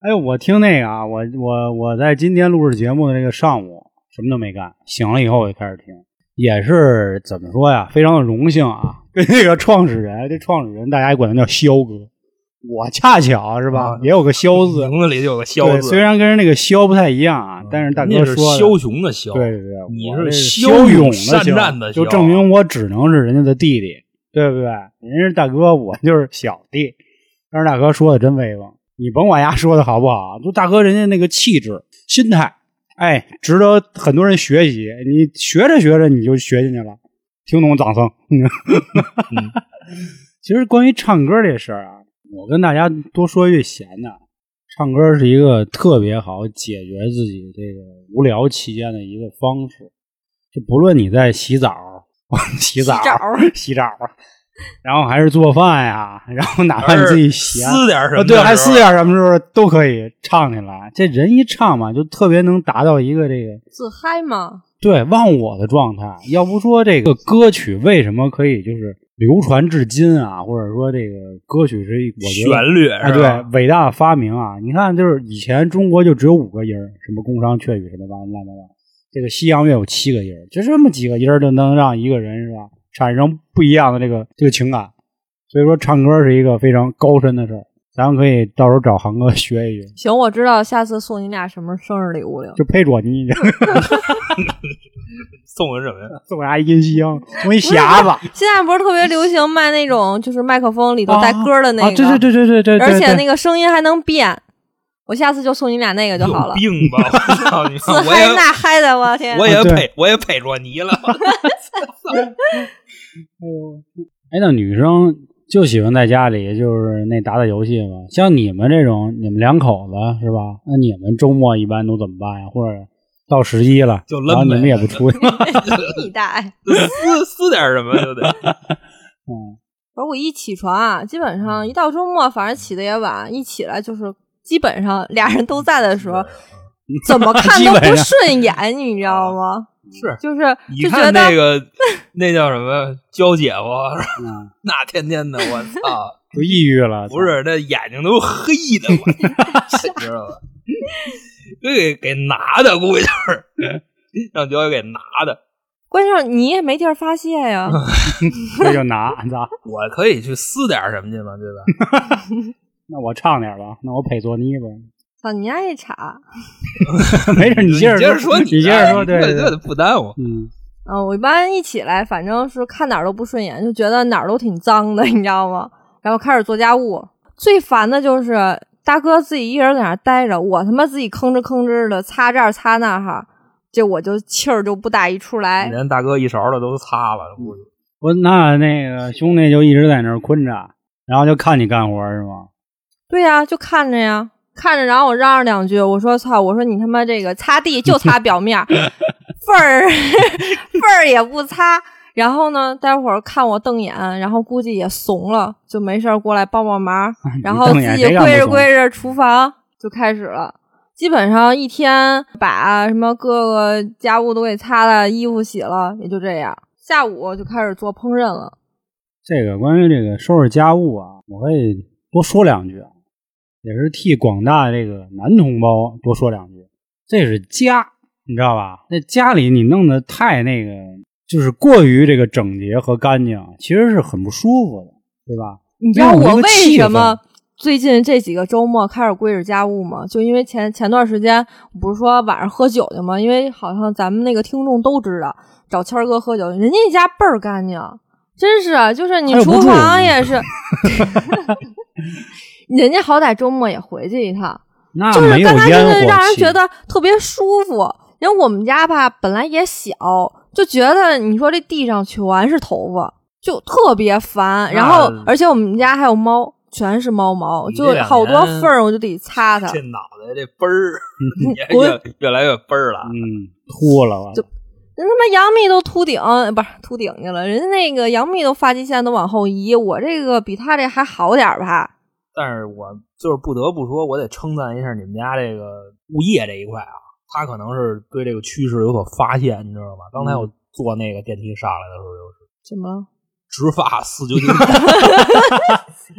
S2: 哎，我听那个啊，我我我在今天录制节目的这个上午什么都没干，醒了以后我就开始听，也是怎么说呀，非常的荣幸啊，跟这个创始人，这创始人大家也管他叫肖哥，我恰巧是吧，
S3: 啊
S2: 也有个肖字，
S3: 名字里就有个肖
S2: 对，
S3: 字，
S2: 虽然跟人那个肖不太一样啊，但是大
S3: 人
S2: 哥
S3: 家是
S2: 说的
S3: 枭雄的枭，
S2: 对对对，
S3: 你
S2: 我
S3: 是
S2: 这
S3: 骁
S2: 骁
S3: 勇
S2: 勇
S3: 善
S2: 枭
S3: 战的
S2: 就
S3: 骁
S2: 证明我只能是人家的弟弟，对不对？人家是大哥，我就是小弟。但是大哥说的真威风，你甭管丫说的好不好，就大哥人家那个气质、心态，哎，值得很多人学习。你学着学着你就学进去了，听懂掌声。
S3: 嗯
S2: 其实关于唱歌这事儿啊，我跟大家多说一句闲的，唱歌是一个特别好解决自己这个无聊期间的一个方式。就不论你在洗澡、 *laughs* 洗澡、
S4: 洗澡
S2: 洗澡然后还是做饭呀，然后哪怕你自己闲，
S3: 撕点什
S2: 啊
S3: 么的时
S2: 对，
S3: 候？
S2: 还撕点什么时候都可以唱起来。这人一唱嘛，就特别能达到一个这个
S4: 自嗨嘛，
S2: 对忘我的状态。要不说这个歌曲为什么可以就是流传至今啊，或者说这个歌曲是一我觉得
S3: 旋律
S2: 啊，
S3: 是吧
S2: 对，伟大的发明啊！你看，就是以前中国就只有五个音儿，什么工商榷语什么乱七八糟。这个西洋乐有七个音儿，就这么几个音儿就能让一个人是吧，产生不一样的这个这个情感。所以说，唱歌是一个非常高深的事儿，咱们可以到时候找航哥学一学。
S4: 行，我知道，下次送你俩什么生日礼物了。
S2: 就配着你， *laughs* 你
S3: 送人什么呀？
S2: 送啥音箱，送一匣子
S4: 现在不是特别流行卖那种，就是麦克风里头带歌的那个，
S2: 啊！对对对对对对，对
S4: 而且
S2: 对
S4: 那个声音还能变。我下次就送你俩那个就好了
S3: 有，病吧！我操你
S4: 自
S3: 妈！我
S4: 嗨
S3: 也
S4: 那嗨的，
S2: *laughs*
S4: 我天！
S3: 我也
S2: 啊对
S3: 配我也配着你了。
S2: 哎，那女生就喜欢在家里就是那打打游戏嘛。像你们这种，你们两口子是吧？那你们周末一般都怎么办呀？或者到十一了，
S3: 就
S2: 然后
S3: 扔
S2: 你
S3: 呗
S2: 们也不出去 *laughs*
S4: 你大爷！
S3: 撕撕点什么就得。
S2: 嗯
S4: 不是我一起床啊，基本上一到周末，反正起的也晚，一起来就是基本上俩人都在的时候，怎么看
S2: *laughs*
S4: 都
S2: 基本
S4: 不
S2: 上
S4: 顺眼，你知道吗？
S3: 是
S4: 就是
S3: 你
S4: 就觉
S3: 看那
S4: 得
S3: 个那叫什么娇姐夫，
S2: 嗯
S3: 那天天的我
S2: *laughs*
S3: 操，
S2: 就抑郁了。
S3: 不是那眼睛都黑的，我你知道吧？给给拿的，估计就是让娇姐给拿的。
S4: 关键是你也没地儿发泄
S3: *laughs*
S4: 呀，
S2: 这就拿，操！
S3: 我可以去撕点什么去嘛，对吧？
S2: 那我唱点吧，那我配佐尼吧。
S4: 操你爱查。
S2: *laughs* 没事，你接着
S3: 接着说，哎
S2: 你接着说，对
S3: 这
S2: 对对
S3: 这不耽误。
S2: 嗯，
S4: 嗯，我一般一起来，反正是看哪儿都不顺眼，就觉得哪儿都挺脏的，你知道吗？然后开始做家务，最烦的就是大哥自己一人在那儿待着，我他妈自己吭哧吭哧的擦这儿擦那儿哈，这我就气儿就不打一处来。
S3: 连大哥一勺的都擦了，估计
S2: 我那那个兄弟就一直在那儿困着，然后就看你干活是吗？ *laughs*
S4: 对呀、就看着呀，看着，然后我嚷嚷两句，我说操，我说你他妈这个擦地就擦表面儿，缝儿缝儿也不擦。然后呢，待会儿看我瞪眼，然后估计也怂了，就没事儿过来帮帮忙，然后
S2: 瞪
S4: 自
S2: 眼
S4: 己
S2: 谁干不
S4: 归着
S2: 怂啊
S4: 归着厨房就开始了。基本上一天把什么各个家务都给擦了，衣服洗了，也就这样。下午就开始做烹饪了。
S2: 这个关于这个收拾家务啊，我可以多说两句啊，也是替广大这个男同胞多说两句。这是家，你知道吧？那家里你弄得太那个，就是过于这个整洁和干净，其实是很不舒服的，对吧？
S4: 你知道我为什么最近这几个周末开始归置家务吗？就因为前前段时间我不是说晚上喝酒去吗？因为好像咱们那个听众都知道，找谦儿哥喝酒，人家一家倍儿干净，真是啊就是你
S2: 他又不
S4: 厨
S2: 住
S4: 房也
S2: *laughs*
S4: 是， *laughs* 人家好歹周末也回去一趟，
S2: 那
S4: 啊就是
S2: 没有
S4: 干干净
S2: 烟火
S4: 净，
S2: 气，
S4: 让人觉得特别舒服。因为我们家吧本来也小，就觉得你说这地上全是头发，就特别烦。然后
S3: 那
S4: 而且我们家还有猫，全是猫毛，
S3: 你
S4: 就
S3: 这两
S4: 好多
S3: 年
S4: 缝儿，我就得擦擦
S3: 这。脑袋这奔儿 *laughs* 也
S4: 滚
S3: 越越来越奔儿了。
S2: 嗯，秃了吧？
S4: 就人他妈杨幂都秃顶，呃不是秃顶去了，人家那个杨幂都发际线都往后移，我这个比她这还好点儿吧？
S3: 但是我就是不得不说，我得称赞一下你们家这个物业这一块啊，他可能是对这个趋势有所发现，你知道吗？刚才
S4: 嗯
S3: 我坐那个电梯上来的时候，就是
S4: 怎么了？
S3: 直发四九九，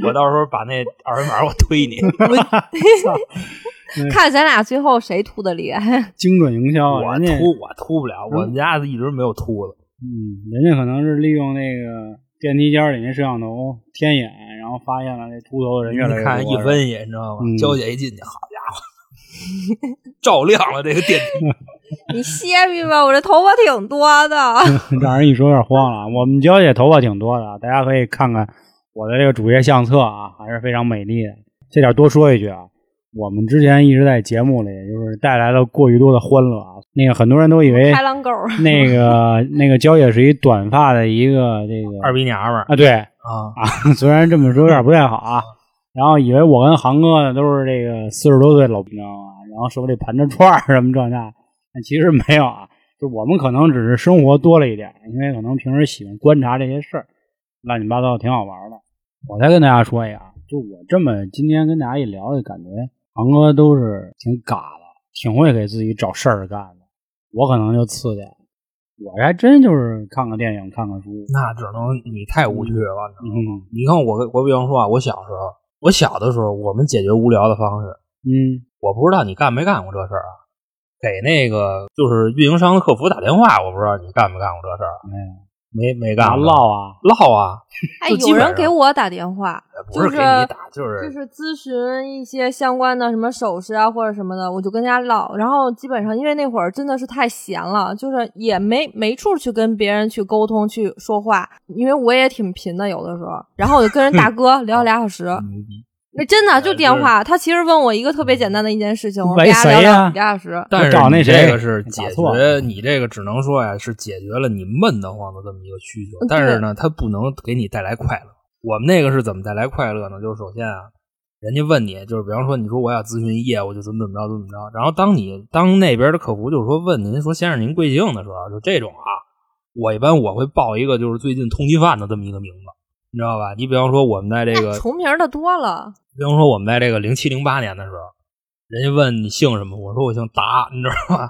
S4: *laughs*
S3: 我到时候把那二维码我推你，
S4: *laughs* 看咱俩最后谁秃的厉害？
S2: 精准营销
S4: 哦
S3: *laughs*
S2: 啊，
S3: 我
S2: 人家
S3: 秃我秃不了，
S4: 嗯
S3: 我们家一直没有秃子。
S2: 嗯，人家可能是利用那个电梯间里那摄像头天眼，然后发现了那秃头的人越来
S3: 你
S2: 越
S3: 看
S2: 多
S3: 一分析，你知道吗
S2: 嗯？
S3: 娇姐一进去，好家伙， *laughs* 照亮了这个电梯。
S4: *laughs* 你歇逼吧，我这头发挺多的。
S2: *laughs* 让人一说有点慌了啊。我们娇姐头发挺多的啊，大家可以看看我的这个主页相册啊，还是非常美丽的。这点多说一句啊，我们之前一直在节目里，就是带来了过于多的欢乐啊。那个很多人都以为
S4: *laughs* 开朗狗儿，
S2: 那个那个娇姐是一短发的一个这个
S3: 二逼娘们儿
S2: 啊，对，
S3: 啊，
S2: *laughs* 虽然这么说有点不太好啊。然后以为我跟航哥呢都是这个四十多岁老兵，你知道吗？然后手里盘着串儿什么这那，但其实没有啊，就我们可能只是生活多了一点，因为可能平时喜欢观察这些事儿，乱七八糟挺好玩的。我再跟大家说一下啊，就我这么今天跟大家一聊，就感觉航哥都是挺嘎的，挺会给自己找事儿干的。我可能就次点，我还真就是看看电影，看看书，
S3: 那只能你太无趣了。你知道吗
S2: 嗯
S3: 你看我，我比方说啊，我小时候，我小的时候，我们解决无聊的方式，
S2: 嗯
S3: 我不知道你干没干过这事儿啊。给那个就是运营商的客服打电话，我不知道你干没干过这事儿啊，
S2: 没有
S3: 没没
S2: 打
S3: 干过
S2: 唠啊。
S3: 唠啊，
S4: 哎，
S3: 就基
S4: 有
S3: 本
S4: 人
S3: 上
S4: 给我打电话，
S3: 不是给你打，就
S4: 就是是咨询一些相关的什么首饰啊或者什么的，我就跟人家唠。然后基本上因为那会儿真的是太闲了，就是也没没处去跟别人去沟通去说话，因为我也挺贫的有的时候。然后我就跟人
S3: *laughs*
S4: 大哥聊俩小时，
S3: 你你
S4: 那真的就
S3: 就是
S4: 电话。他其实问我一个特别简单的一件事情，我们
S2: 喂
S4: 俩聊
S2: 谁呀
S4: 俩俩小时。
S3: 但是
S2: 找那
S3: 你
S2: 谁
S3: 这个是
S2: 打
S3: 解
S2: 错
S3: 决你这个只能说呀，是解决了你闷得慌的这么一个需求
S4: 嗯，
S3: 但
S4: 对
S3: 是呢，它不能给你带来快乐。我们那个是怎么带来快乐呢？就是首先啊，人家问你，就是比方说你说我要咨询业务，就怎么怎么着怎么着，然后当你当那边的客服就是说问您说先生您贵姓的时候，就这种啊，我一般我会报一个就是最近通缉犯的这么一个名字，你知道吧？你比方说我们在这
S4: 那
S3: 个
S4: 重名儿的多了，
S3: 比方说我们在这个零七零八年的时候，人家问你姓什么，我说我姓达，你知道吗？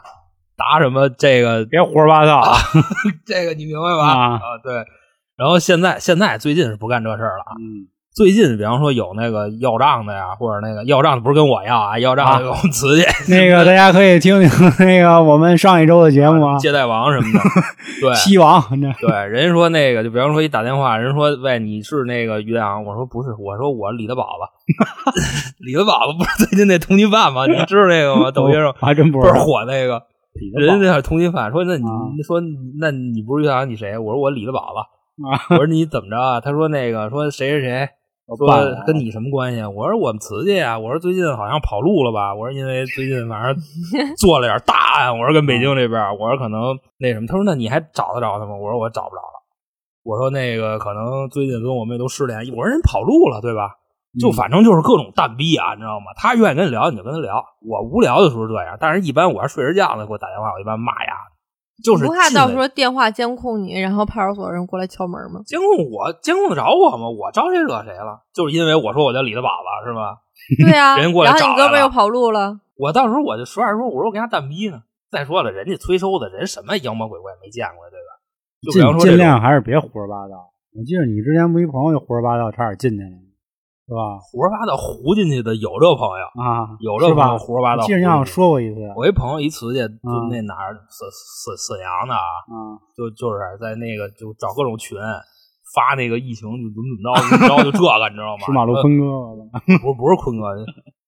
S3: 达什么？这个
S2: 别胡说八道啊！
S3: *laughs* 这个你明白吧？
S2: 啊
S3: 对。然后现在现在最近是不干这事儿了啊。
S2: 嗯，
S3: 最近比方说有那个要账的呀，或者那个要账的不是跟我要啊，要账的跟我们 *laughs* 辞去、
S2: 那个大家可以听听 *laughs* 那个我们上一周的节目啊，
S3: 接待王什么 *laughs* 的。对
S2: 西王，那
S3: 对，人家说那个，就比方说一打电话，人家说喂，你是那个于大阳？我说不是，我说我是李德宝吧。 *laughs* 李德宝吧不是最近那通缉犯吗？你知道那个 *laughs* 吗？抖音上
S2: 我还真不
S3: 倍
S2: 知
S3: 儿
S2: 道。
S3: 火那个。
S2: 比得
S3: 人
S2: 棒
S3: 家是通缉犯，说那你、
S2: 啊
S3: 你说那你不是岳阳，你谁？我说我李德宝吧。
S2: 啊
S3: 我说你怎么着啊？他说那个说谁谁谁，
S2: 办了
S3: 说
S2: 啊
S3: 跟你什么关系啊？我说我们瓷器啊。我说最近好像跑路了吧？我说因为最近反
S2: *laughs*
S3: 正做了点大案。我说跟
S2: 啊
S3: 北京这边，我说可能那什么。他说那你还找得着他吗？我说我找不着了。我说那个可能最近跟我妹都失联，我说人跑路了，对吧？就
S2: 嗯
S3: 反正就是各种蛋逼啊，你知道吗？他愿意跟你聊，你就跟他聊。我无聊的时候这样，但是一般我要睡着觉了，给我打电话，我一般骂呀，就是
S4: 不怕
S3: 气
S4: 到
S3: 馁
S4: 时候电话监控你，然后派出所人过来敲门
S3: *laughs*
S4: 吗？
S3: 监控我监控得着我吗？我招谁惹谁了？就是因为我说我叫李德宝了，是吧？
S4: 对呀、
S3: 人过来
S4: 然后
S3: 找
S4: 你哥
S3: 来
S4: 们
S3: 了
S4: 儿又跑路了。
S3: 我到时候我就实话实说，我说我跟他蛋逼呢。再说了，人家催收的人什么妖魔鬼怪没见过，对吧？就比方
S2: 嗯尽
S3: 说这种
S2: 尽量还是别胡说八道。我记得你之前不一朋友就胡说八道，差点进去了。是吧？
S3: 胡说八道胡进去的有这朋友，
S2: 啊，
S3: 有这
S2: 是
S3: 朋友
S2: 吧？
S3: 胡说八道胡
S2: 我
S3: 进
S2: 记得
S3: 去。
S2: 你好像说过一次
S3: 我一朋友一瓷去，就
S2: 嗯
S3: 那哪儿沈沈沈阳的啊，
S2: 啊，
S3: 就就是在那个就找各种群发那个疫情就怎么怎么着怎么着，就这个你知道吗？
S2: 是马路
S3: 呃
S2: 坤哥我操
S3: 不是不是坤哥，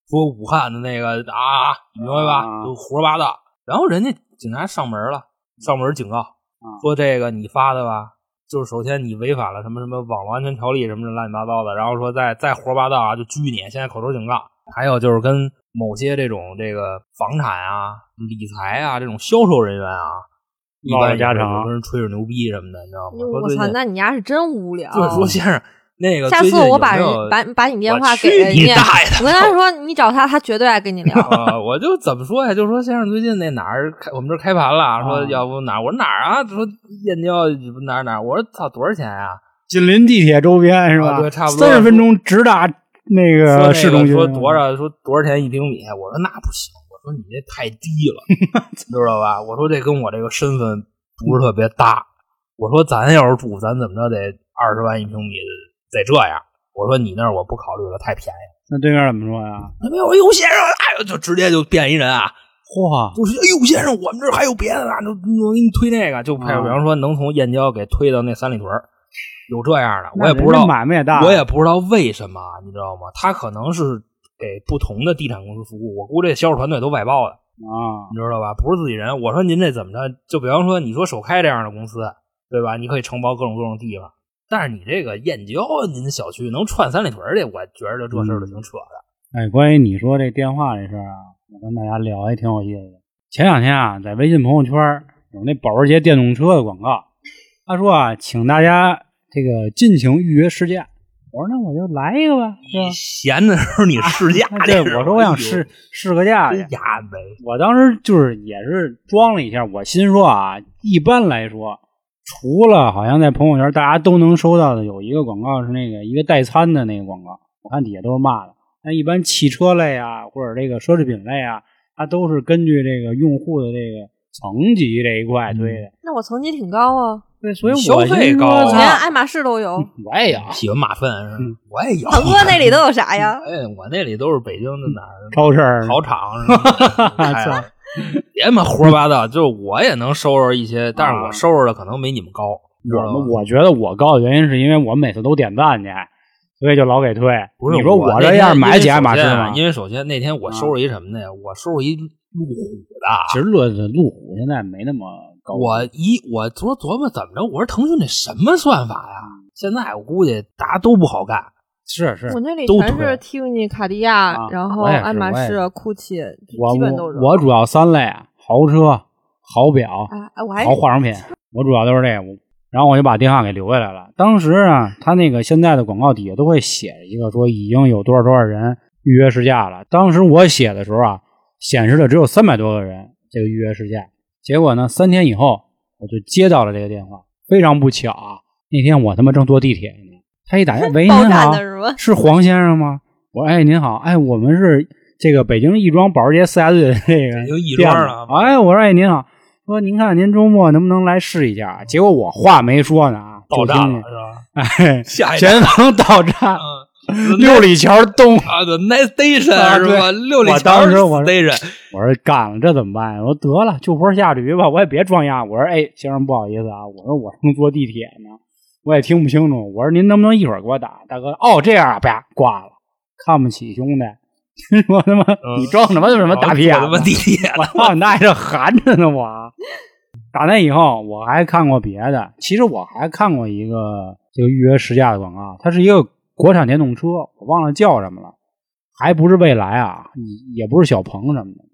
S3: 说武汉的那个啊，你明白吧？
S2: 啊
S3: 就胡说八道。然后人家警察上门了，上门警告
S2: 啊
S3: 说这个你发的吧，就是首先你违反了什么什么网络安全条例什么的乱七八糟的，然后说再再胡说八道啊就拘你，现在口头警告。还有就是跟某些这种这个房产啊、理财啊这种销售人员啊，一
S2: 唠唠
S3: 般
S2: 家
S3: 也是
S2: 常
S3: 有跟人吹吹牛逼什么的，你知道吗？说
S4: 哎我
S3: 最
S4: 操，
S3: 近
S4: 那你丫是真无聊。啊
S3: 就是说先生，那个
S4: 下
S3: 最
S4: 次
S3: 近有
S4: 我把
S3: 没
S4: 人
S3: 有
S4: 把把你电
S3: 我
S4: 话
S3: 去
S4: 给人
S3: 你
S4: 家，
S3: 大爷的
S4: 我跟他说你找他，他绝对爱跟
S2: *laughs*
S4: 你
S3: *laughs*
S4: 聊。
S3: 啊，我就怎么说呀？就说先生最近那哪儿开，我们这儿开盘了，说
S2: 啊
S3: 要不哪儿？我说哪儿啊？他说燕郊哪儿哪儿？我说操，多少钱呀、
S2: 紧邻地铁周边是
S3: 啊
S2: 吧？
S3: 对差不多
S2: 三十分钟直达
S3: 说
S2: 那
S3: 那
S2: 个
S3: 个
S2: 啊市中心，
S3: 说多？少？说多少钱一平米？我说那不行，我说你这太低
S2: *laughs*
S3: 了，知道吧？我说这跟我这个身份不是特别搭。我说咱要是住，咱怎么着得二十万一平米，得这样。我说你那儿我不考虑了，太便宜
S2: 那对面怎么说呀？
S3: 了。没有，哎呦先生，哎呦，就直接就变一人啊。
S2: 嚯，
S3: 就是哎呦，先生，我们这儿还有别的呢，就我给你推那个，就派，
S2: 啊
S3: 哎比方说能从燕郊给推到那三里屯儿，有这样的，我也
S2: 那人
S3: 不知
S2: 家
S3: 道，
S2: 买卖也大，
S3: 我也不知道为什么，啊你知道吗？他可能是给不同的地产公司服务，我估计这销售团队都外包的，
S2: 啊
S3: 你知道吧？不是自己人。我说您这怎么着？就比方说你说首开这样的公司，对吧？你可以承包各种各种地方，但是你这个燕郊啊您小区能串三里屯儿去，我觉着这事儿就挺扯的。
S2: 哎，关于你说这电话这事儿啊，我跟大家聊还挺有意思的。前两天啊，在微信朋友圈儿有那保时捷电动车的广告，他说啊，请大家这个尽情预约试驾。我说那我就来一个吧，是吧
S3: *laughs* 你？闲的时候你试驾
S2: 那
S3: 这
S2: 啊对
S3: 事儿，，
S2: 我说我想试试个驾
S3: 哎
S2: 去
S3: 呦，。呀呗。
S2: 我当时就是也是装了一下，我心说啊，一般来说，除了好像在朋友圈大家都能收到的有一个广告是那个一个代餐的那个广告，我看底下都是骂的。那一般汽车类啊，或者这个奢侈品类啊，它都是根据这个用户的这个层级这一块推的。
S4: 那我层级挺
S2: *laughs*
S4: 高啊，
S2: 对，所以我
S3: 嗯消费
S2: 心说
S3: 高啊
S2: 操
S4: 连爱马仕都有，
S2: 我也有
S3: 喜欢马粪，
S2: 嗯
S3: 我也有。
S4: 鹏哥那里都有啥
S2: *laughs*
S4: 呀？
S3: *laughs* 哎，我那里都是北京的哪儿
S2: 超市儿
S3: 考场什
S2: *laughs* 啊
S3: 么的开的。 *laughs* 别他妈胡说八道，就是我也能收拾一些，但
S2: 啊
S3: 是我收拾的可能没你们高。知
S2: 我
S3: 道
S2: 们
S3: 吗
S2: 我觉得我高的原因是因为我每次都点赞去，所以就老给退。
S3: 不是
S2: 你说
S3: 我
S2: 这
S3: 那
S2: 要
S3: 天
S2: 是买几爱马仕
S3: 因为首先啊？因为首先
S2: 吗
S3: 那天我收拾一什么呢？我收拾一路虎
S2: 其
S3: 的。
S2: 实路路虎现在没那么高，
S3: 我一我昨琢磨怎么着，我说腾讯这什么算法呀？现在我估计大家都不好干。
S2: 是是
S4: 我那里
S3: 都
S4: 全
S3: 推
S4: 是 Tiffany、卡地亚
S2: 啊，
S4: 然后
S2: 我也是
S4: 爱马
S2: 我也
S4: 仕啊
S2: 是、
S4: GUCCI，
S2: 我
S4: 基本都是。
S2: 我主要三类：啊豪车、好表、
S4: 哎，哎我还
S2: 好化妆品。我主要都是这个。我然后我就把电话给留下来了。当时啊，他那个现在的广告底下都会写一个说已经有多少多少人预约试驾了。当时我写的时候啊，显示的只有三百多个人这个预约试驾。结果呢，三天以后我就接到了这个电话，非常不巧啊，那天我他妈正坐地铁呢，他一打
S4: *laughs*
S2: 电话，喂，您
S4: 爆炸
S2: 好
S4: 的，是 *laughs* 吗？
S2: 是黄先生吗？我说哎，您好，哎，我们是这个北京亦庄保时捷四 S 队的哎这个
S3: 北京亦庄啊
S2: 店的哎，我说哎，您好，说您看您周末能不能来试一下？结果我话没说呢啊，
S3: 爆
S2: 就
S3: 炸了
S2: 听
S3: 是吧？ *laughs*
S2: 见
S3: 下
S2: 哎，
S3: 一站
S2: 前方到站
S3: 嗯，
S2: 六里桥东，
S3: 啊，The Nice
S2: 啊
S3: Station 是吧？
S2: 对
S3: 六里
S2: 我
S3: 桥
S2: 当时我
S3: Station，
S2: 我说干了，这怎么办呀？我说得了，就坡下驴吧，我也别装样。我说哎，先生不好意思啊，我说我正坐地铁呢，我也听不清楚。我说您能不能一会儿给我打？大哥，哦这样啊，啪挂了，看不起兄弟。 *laughs* 我他妈，你装什么什么大屁眼
S3: 啊我他妈
S2: 子？
S3: 地铁
S2: *laughs* 我操，那还这含着呢我。打那以后，我还看过别的。其实我还看过一个这个预约试驾的广告，它是一个国产电动车，我忘了叫什么了，还不是蔚来啊，也也不是小鹏什么的。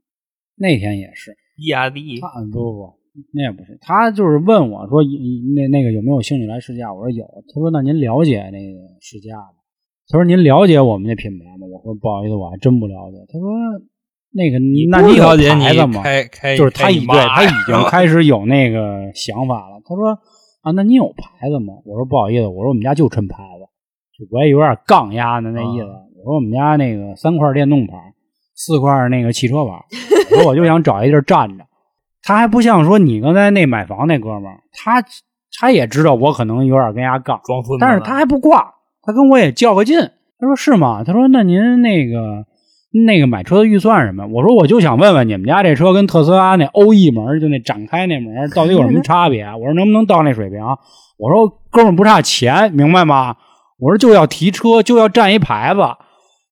S2: 那天也是，
S3: 意大利
S2: 他嗯不不不，那也不是，他就是问我说一那那个有没有兴趣来试驾？我说有。他说那您了解那个试驾吗？他说您了解我们这品牌吗？我说不好意思，我还真不了解。他说那个那
S3: 不
S2: 你有
S3: 了解
S2: 牌
S3: 你
S2: 子吗？
S3: 开开
S2: 就是他
S3: 开
S2: 已
S3: 你
S2: 对
S3: 哎妈 *laughs*
S2: 他已经
S3: 呀
S2: 开始有那个想法了。他说啊，那你有牌子吗？我说不好意思，我说我们家就抻牌子，就我也有点杠压的那意思。我说我们家那个三块电动牌，四块那个汽车牌，我说我就想找一地儿站着。他还不像说你刚才那买房那哥们儿，他他也知道我可能有点跟人家杠，
S3: 装孙子呢，
S2: 但是他还不挂，他跟我也较个劲。他说是吗？他说那您那个那个买车的预算是什么？我说我就想问问你们家这车跟特斯拉那欧翼门就那展开那门到底有什么差别？啊我说能不能到那水平？啊我说哥们儿不差钱，明白吗？我说就要提车，就要占一牌子。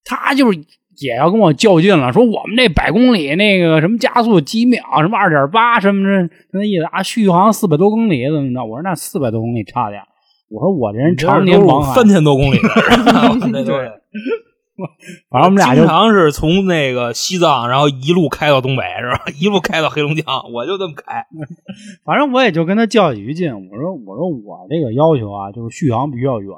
S2: 他就是也要跟我较劲了，说我们这百公里那个什么加速几秒，什么二点八，什么这那意思啊，续航四百多公里怎么着？我说那四百多公里差点儿。我说我这人常年往返，
S3: 三千多公里的，
S2: *laughs*
S3: 啊这都是
S2: 反正我们俩就
S3: 经常是从那个西藏，然后一路开到东北，是吧？一路开到黑龙江，我就这么
S2: *laughs*
S3: 开。
S2: 反正我也就跟他较几句劲，我说我说我这个要求啊，就是续航必须要远。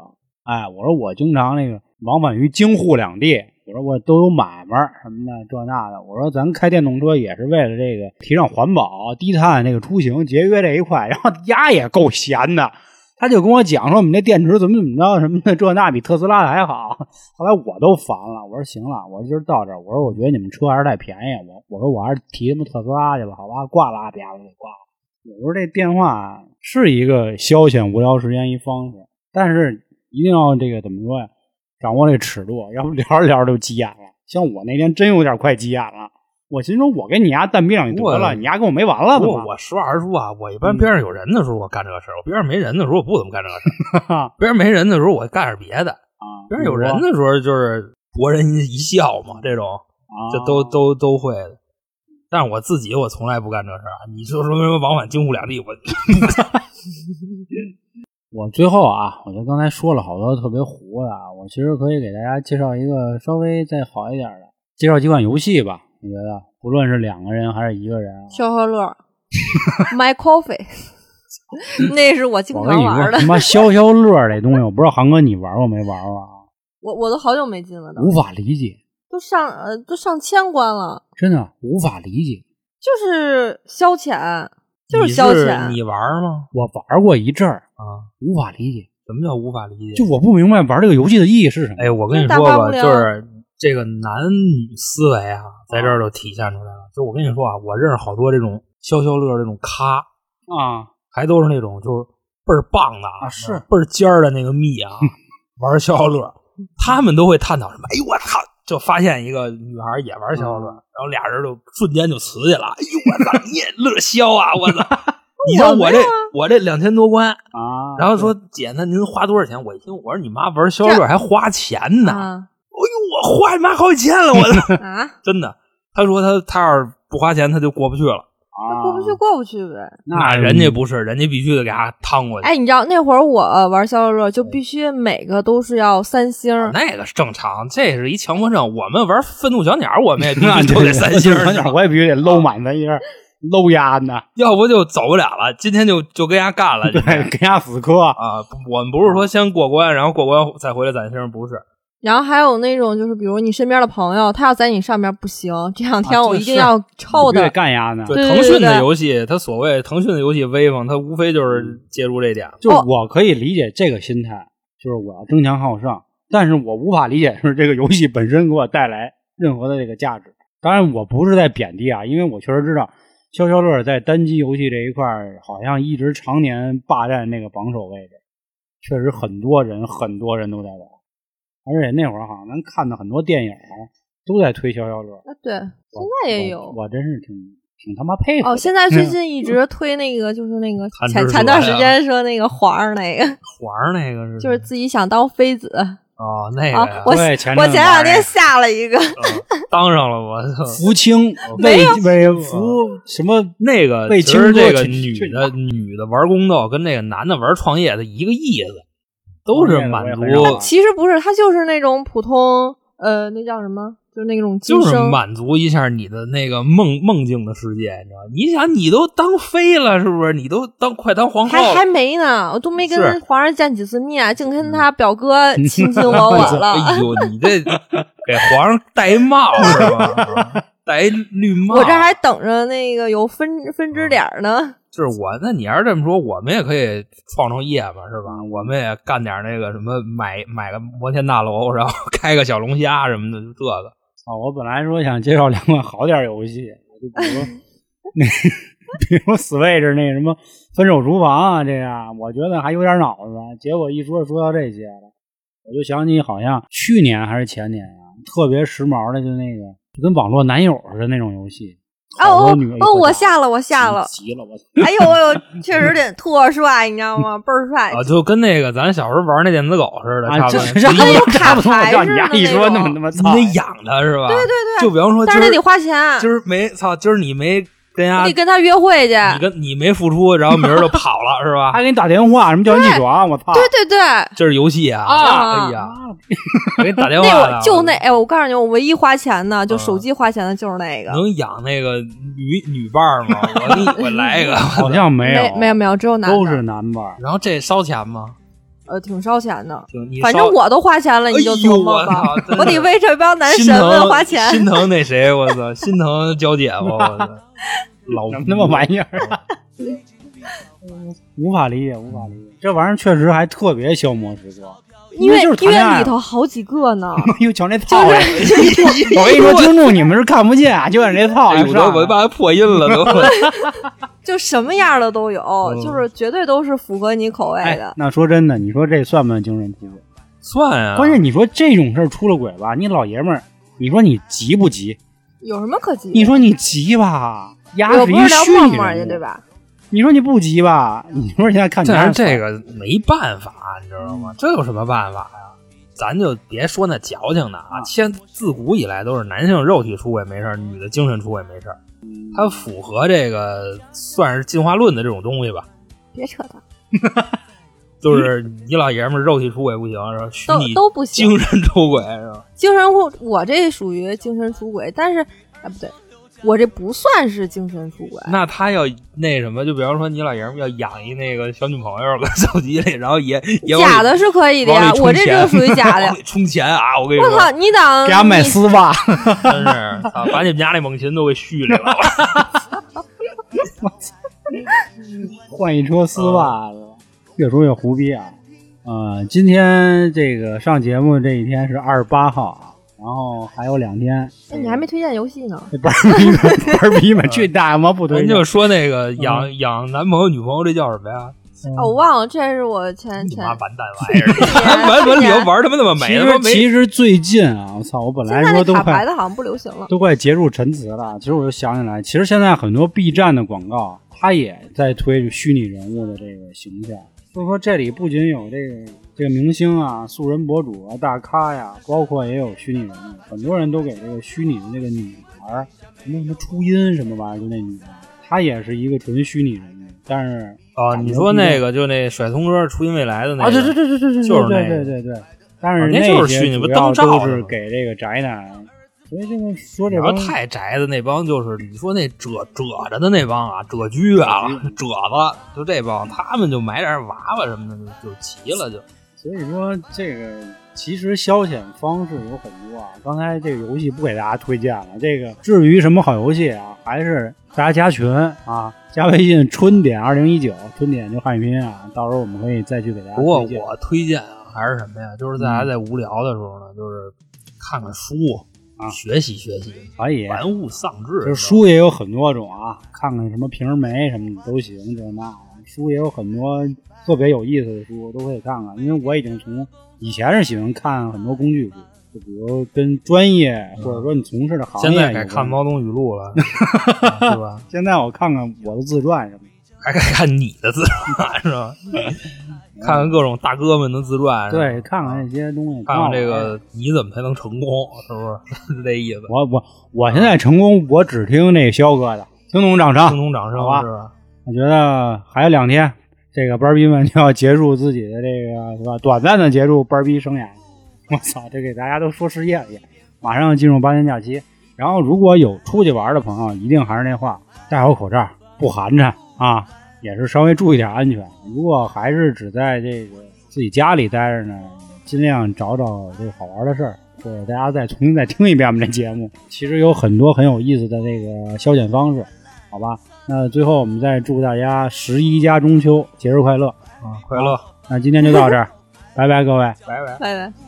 S2: 哎，我说我经常那个往返于京沪两地，我说我都有买卖儿什么的这那的，我说咱开电动车也是为了这个提倡环保、低碳这个出行节约这一块。然后丫也够闲的，他就跟我讲说我们这电池怎么怎么着什么的这那比特斯拉的还好。后来我都烦了，我说行了，我说今儿到这儿，我说我觉得你们车还是太便宜，我我说我还是提他妈特斯拉去吧，好吧，挂了啊，啪，我就挂了。我说这电话是一个消遣无聊时间一方式，但是一定要这个怎么说呀？掌握这尺度，要不聊着聊着就急眼了。像我那天真有点快急眼了，我心说我跟你丫蛋逼两句得
S3: 我
S2: 了，你丫跟我没完了
S3: 不
S2: 怎
S3: 过
S2: 么？嗯
S3: 我实话实说啊，我一般边上有人的时候我干这个事儿，我边上没人的时候我不怎么干这个事儿。
S2: *laughs* 啊，
S3: 边上没人的时候我干点别的，边上有人
S2: 呢，
S3: 的时候就是博人一笑嘛，这种这都
S2: 啊
S3: 都都会的。但是我自己我从来不干这事儿啊，你就说什么往返京沪两地，我
S2: 我最后啊，我就刚才说了好多特别糊的，啊，我其实可以给大家介绍一个稍微再好一点的，介绍几款游戏吧。你觉得，不论是两个人还是一个人啊，
S4: 消消乐，My Coffee，那是我经
S2: 我
S4: 常
S2: 跟你说
S4: 玩的
S2: 他。妈消消乐这东西，我不知道航哥你玩过没玩过啊？
S4: *laughs* 我我都好久没进了都，
S2: 无法理解，
S4: 都上呃都上千关了，
S2: 真的无法理解。
S4: 就是消遣，就是
S3: 你
S4: 消遣。
S3: 你玩儿吗？
S2: 我玩过一阵儿，
S3: 啊，
S2: 无法理解，
S3: 什么叫无法理解？
S2: 就我不明白玩这个游戏的意义是什么。
S3: 哎，我跟你
S4: 就是大
S3: 说
S4: 花
S3: 吧，
S4: 无聊
S3: 就是这个男女思维啊，在这儿就体现出来了。就我跟你说啊，我认识好多这种消消乐这种咖，
S2: 啊，
S3: 还都是那种就是倍儿棒的
S2: 啊是
S3: 倍儿尖儿的那个蜜啊，玩消消乐，他们都会探讨什么？哎呦我操！就发现一个女孩也玩消消乐，然后俩人就瞬间就瓷去了。哎呦我操，你也乐消啊！我操！你像我这我这两千多关，
S2: 啊，
S3: 然后说姐，那您花多少钱？我一听，我说你妈玩消消乐还花钱呢！
S4: 啊
S3: 哎呦，我花你妈好几千了！我
S4: *laughs*
S3: 操，
S4: 啊，
S3: 真的。他说他他要是不花钱，他就过不去了。
S2: 啊
S4: 过不去过不去呗。
S2: 那
S3: 人家不是，人家必须得给他趟过去。
S4: 哎，你知道那会儿我呃玩消消乐就必须每个都是要三星儿，
S3: 哦那个是正常，这是一强迫症。我们玩愤怒小鸟，我们也必
S2: 那
S3: 须都得三星儿，
S2: 三我也必须得搂满三
S3: *laughs*
S2: 星儿，搂丫呢，
S3: 要不就走不了了。今天就就跟人家干了。今
S2: 对，
S4: *laughs*
S3: 天
S2: 跟丫死磕。
S3: 啊，不我们不是说先过关，然后过关再回来攒星，不是？
S4: 然后还有那种就是比如你身边的朋友，他要在你上面不行，这两天
S2: 啊
S4: 我
S2: 这
S4: 一定
S2: 是
S4: *laughs* 要
S2: 必
S4: 抽
S2: 须
S4: 的
S2: 得。干丫呢，
S4: 对对
S3: 腾讯的
S4: 对
S3: 游戏，它所谓腾讯的游戏威风，它无非
S4: 嗯
S3: 就是借助这点。
S4: 哦
S2: 就我可以理解这个心态，就是我要争强好胜，但是我无法理解是这个游戏本身给我带来任何的这个价值。当然，我不是在贬低啊，因为我确实知道消消乐在单机游戏这一块儿好像一直常年霸占那个榜首位置，确实很多人很多人都在玩，而且那会儿好像咱看的很多电影儿都在推消消乐，
S4: 啊对，
S2: 我
S4: 现在也有
S2: 我我真是挺挺他妈佩服的。
S4: 哦，现在最近一直推那个就是那个
S3: 贪吃
S4: 前
S3: 蛇
S4: 前段
S3: 呀
S4: 时间说那个皇上那个，
S3: 环儿那个是
S4: 就是自己想当妃子。
S3: 哦，那个
S4: 啊
S3: 呀
S4: 我
S2: 对前
S4: 我
S2: 阵
S4: 前
S2: 玩
S4: 两
S2: 儿
S4: 天下了一个，
S3: 嗯当上了我操。
S2: 福清
S4: 没
S2: 魏
S4: 有
S2: 魏哦福什么
S3: 那个
S2: 被
S3: 其
S2: 青
S3: 实
S2: 哥
S3: 这个
S2: 去去
S3: 女的女的玩宫斗跟那个男的玩创业的一个意思，都是满
S2: 创业的我也很少
S3: 足
S2: 玩
S4: 其实不是，他就是那种普通呃，那叫什么，就是那种今
S3: 就是
S4: 生。
S3: 满足一下你的那个梦梦境的世界，你知道吗？你想你都当妃了，是不是？你都当快当皇后
S4: 还
S3: 了
S4: 还，没呢，我都没
S3: 是
S4: 跟皇上见几次面，净跟他表哥亲亲我
S3: *laughs*
S4: 我
S3: 哎
S4: 了。
S3: 呦，你
S4: *laughs*
S3: 这给皇上戴一帽是
S4: *laughs*
S3: 吧？戴一绿帽，
S4: 我这还等着那个有分分支点儿呢。
S3: 是我。那你要是这么说，我们也可以创创业嘛，是吧？我们也干点那个什么，买买个摩天大楼，然后 *laughs* 开个小龙虾什么的，就这个。
S2: 啊，我本来说想介绍两款好点儿游戏，就比 *laughs* 如那，比如 Switch 那什么《分手厨房》啊，这样我觉得还有点脑子，结果一说说到这些了，我就想起好像去年还是前年啊，特别时髦的，就那个就跟网络男友似的那种游戏。
S3: 啊
S2: 好
S4: 哦
S2: 多
S4: 哦
S2: 女的
S4: 哦，
S2: 一块
S3: 哎
S4: 我
S2: 打
S4: 下了，我下了。
S2: 急了我操！
S3: 嗯
S4: 哎呦哎呦，确实有点特帅，你知道吗？倍儿帅。
S3: 啊，就跟那个咱小时候玩那电子狗似的，
S2: 啊，
S3: 差不多。
S2: 这让
S4: 还有
S2: 我
S4: 哎卡
S2: 差不多，我
S4: 牌
S2: 让
S4: 似
S2: 你
S4: 的
S2: 丫
S4: 那
S2: 一说那
S4: 种
S2: 么他
S3: 你
S2: 妈操！
S3: 得养它是吧？对对
S4: 对
S3: 就比方说
S4: 但
S3: 今
S4: 是
S3: 儿
S4: 得得花钱，啊
S3: 今儿没操，今儿你没跟
S4: 你
S3: 家，
S4: 得跟他约会去。
S3: 啊你跟你没付出，然后明儿就跑了是
S4: *laughs*
S3: 吧？
S4: 啊
S2: 还给你打电话，什么叫你起床？啊我操！
S4: 对对对，
S3: 这是游戏啊！
S4: 啊
S3: 哎
S4: *laughs*
S3: 呀，我给你打电话
S4: 那
S3: 了
S4: 我就那哎，我告诉你，我唯一花钱的，就
S3: 嗯
S4: 手机花钱的就是那个。
S3: 能养那个女女伴儿
S4: *laughs*
S3: 吗？我给你我来一个。
S2: 好像没
S4: 没
S2: 有
S4: 没有没有，只有男
S2: 都是
S4: 的，
S2: 男伴儿。
S3: 然后这烧钱吗？
S4: 呃，挺烧钱的。
S3: 就你
S4: 反
S3: 烧
S4: 正我都花钱了，你就
S3: 哎呦
S4: 琢磨吧。
S3: 我操真
S4: 我得
S3: 是
S4: 为这帮男
S3: 心
S4: 神们
S3: 疼
S4: 花钱。
S3: 心疼那谁，我
S4: *laughs*
S3: 操，心疼娇姐夫，我操，
S2: *laughs*
S3: 老
S2: 什么他妈玩意儿啊！ *laughs* 无法理解，无法理解，这玩意儿确实还特别消磨时
S4: *laughs*
S2: 光，
S4: 因为
S2: 就是谈
S4: 因
S2: 恋爱
S4: 为里头好几个
S3: *laughs*
S4: 呢，
S2: 又瞧那套
S4: *laughs*
S2: 呀！我跟你说，听众你们是看不见啊，就按这套呀
S3: 哎，有的我把他破音了
S2: *laughs*
S3: 都。
S4: 就什么样的都有，
S3: 嗯
S4: 就是绝对都是符合你口味
S2: 哎
S4: 的，。
S2: 那说真的，你说这算不算精神出轨？
S3: 算啊，
S2: 关键你说这种事儿出了轨吧，你老爷们儿，你说你急不急？
S4: 有什么可急？
S2: 你说你急吧，丫
S4: 我
S2: 是
S4: 不
S2: 一
S4: 是聊
S2: 虚
S4: 陌
S2: 拟
S4: 陌去
S2: 人物
S4: 对？吧？
S2: 你说你不急吧？你说现在看你
S3: 但
S2: 还
S3: 是这
S2: 个，
S3: 个没办法，你知道吗？这有什么办法呀？咱就别说那矫情的啊，现自古以来都是男性肉体出轨没事儿，女的精神出轨没事儿，它符合这个算是进化论的这种东西吧。
S4: 别扯淡，
S3: 就是你老爷们儿肉体出轨不行，然后虚
S4: 都
S3: 拟
S4: 都不行。
S3: 精神出轨是吧？
S4: 精神出，我这属于精神出轨，但是哎不对，我这不算是精神出轨。
S3: 那他要那什么，就比方说你老爷们儿要养一那个小女朋友搁手机里，然后也也往里
S4: 假的是可以的
S3: 往
S4: 呀，
S3: 里充
S4: 我这
S3: 钱
S4: 就属于假的
S3: *laughs* 往。里充钱啊！我跟你
S4: 我
S3: 说，
S4: 操，你等
S2: 给俺买
S4: 你
S2: 丝袜，
S3: 真是操把你们家那猛禽都给续里
S2: *laughs*
S3: 了。
S2: *laughs* 换一车丝袜子，越说越胡逼啊！呃，今天这个上节目这一天是二十八号啊，然后还有两天。*laughs*
S4: 哎你还没推荐游戏呢，
S2: 这班儿逼们，班儿逼们，去大妈不推
S3: 咱
S2: 荐
S3: 就说那个
S2: 嗯
S3: 养养男朋友女朋友这叫什么呀？
S4: 哦，我忘了，这是我前
S3: 你
S4: 前
S3: 妈完蛋哎玩意儿！*laughs* 玩玩
S4: 去年去
S3: 旅游
S4: 年
S3: 玩他妈那么美，
S2: 其
S3: 他妈
S2: 实
S3: 没
S2: 其实最近啊，我操，我本来
S4: 现在
S2: 说都
S4: 那卡牌
S2: 快
S4: 的好像不流行了。
S2: 都快结束陈词了，其实我就想起来，其实现在很多 B 站的广告，它也在推虚拟人物的这个形象。所以说这里不仅有这个这个明星啊、素人博主啊、大咖呀，包括也有虚拟人物，很多人都给这个虚拟的那个女孩儿什么什么初音什么玩意儿，就那女孩儿，她也是一个纯虚拟人物，但是
S3: 啊！你说那个就那甩葱歌初音未来的那
S2: 嗯啊，
S3: 个，
S2: 对对对对对对，
S3: 就是那
S2: 对
S3: 个
S2: 对对对对。但是
S3: 啊那就是
S2: 些
S3: 虚拟不
S2: 主要
S3: 灯罩
S2: 都
S3: 的
S2: 是
S3: 吗
S2: 给这个宅男，所以这个说这
S3: 然后
S2: 帮
S3: 太宅的那帮就是你说那褶褶着的那帮啊，褶居啊，褶子，就这帮，他们就买点娃娃什么的就就齐了，就
S2: 所以说，这个其实消遣方式有很多啊。刚才这个游戏不给大家推荐了，这个至于什么好游戏啊，还是大家加群啊，加微信“春点二零一九”，春点就汉语拼音啊。到时候我们可以再去给大家
S3: 不过
S2: 推荐。嗯
S3: 我推荐啊，还是什么呀？就是大家在无聊的时候呢，就是看看书
S2: 啊
S3: 学习学习，
S2: 可以，
S3: 玩物丧志。
S2: 哎就是书也有很多种啊，看看什么平儿梅什么的都行，这那的。书也有很多特别有意思的书，都可以看看。因为我已经从以前是喜欢看很多工具书，就比如跟专业或者说你从事的行
S3: 现
S2: 业
S3: 在改
S2: 有
S3: 看
S2: 关
S3: 《
S2: 的
S3: 猫冬语录》
S2: *laughs*
S3: 了，啊是吧？
S2: 现在我看看我的自传什么的，
S3: 还该看你的自传是吧？看看各种大哥们的自传，是吧
S2: 对，看看这些东西，
S3: 哎看看这
S2: 挺好玩的。
S3: 个你怎么才能成功，是不是？ *laughs* 是这意思。
S2: 我我我现在成功，我只听那个肖哥的，听懂掌
S3: 听
S2: 声。
S3: 懂掌声
S2: 啊好吧
S3: 是吧？
S2: 我觉得还有两天，这个班儿逼们就要结束自己的这个是吧？短暂的结束班儿逼生涯。 *laughs* 我操，这给大家都说失业了也，马上进入八天假期。然后如果有出去玩的朋友，一定还是那话，戴好口罩，不寒碜啊，也是稍微注意点安全。如果还是只在这个自己家里待着呢，尽量找找这个好玩的事儿。对，大家再重新再听一遍我们这节目，其实有很多很有意思的这个消遣方式，好吧？那最后我们再祝大家十一家中秋节日快乐。
S3: 啊，快乐，
S2: 那今天就到这儿，拜拜各位。
S3: 拜拜。
S4: 拜拜。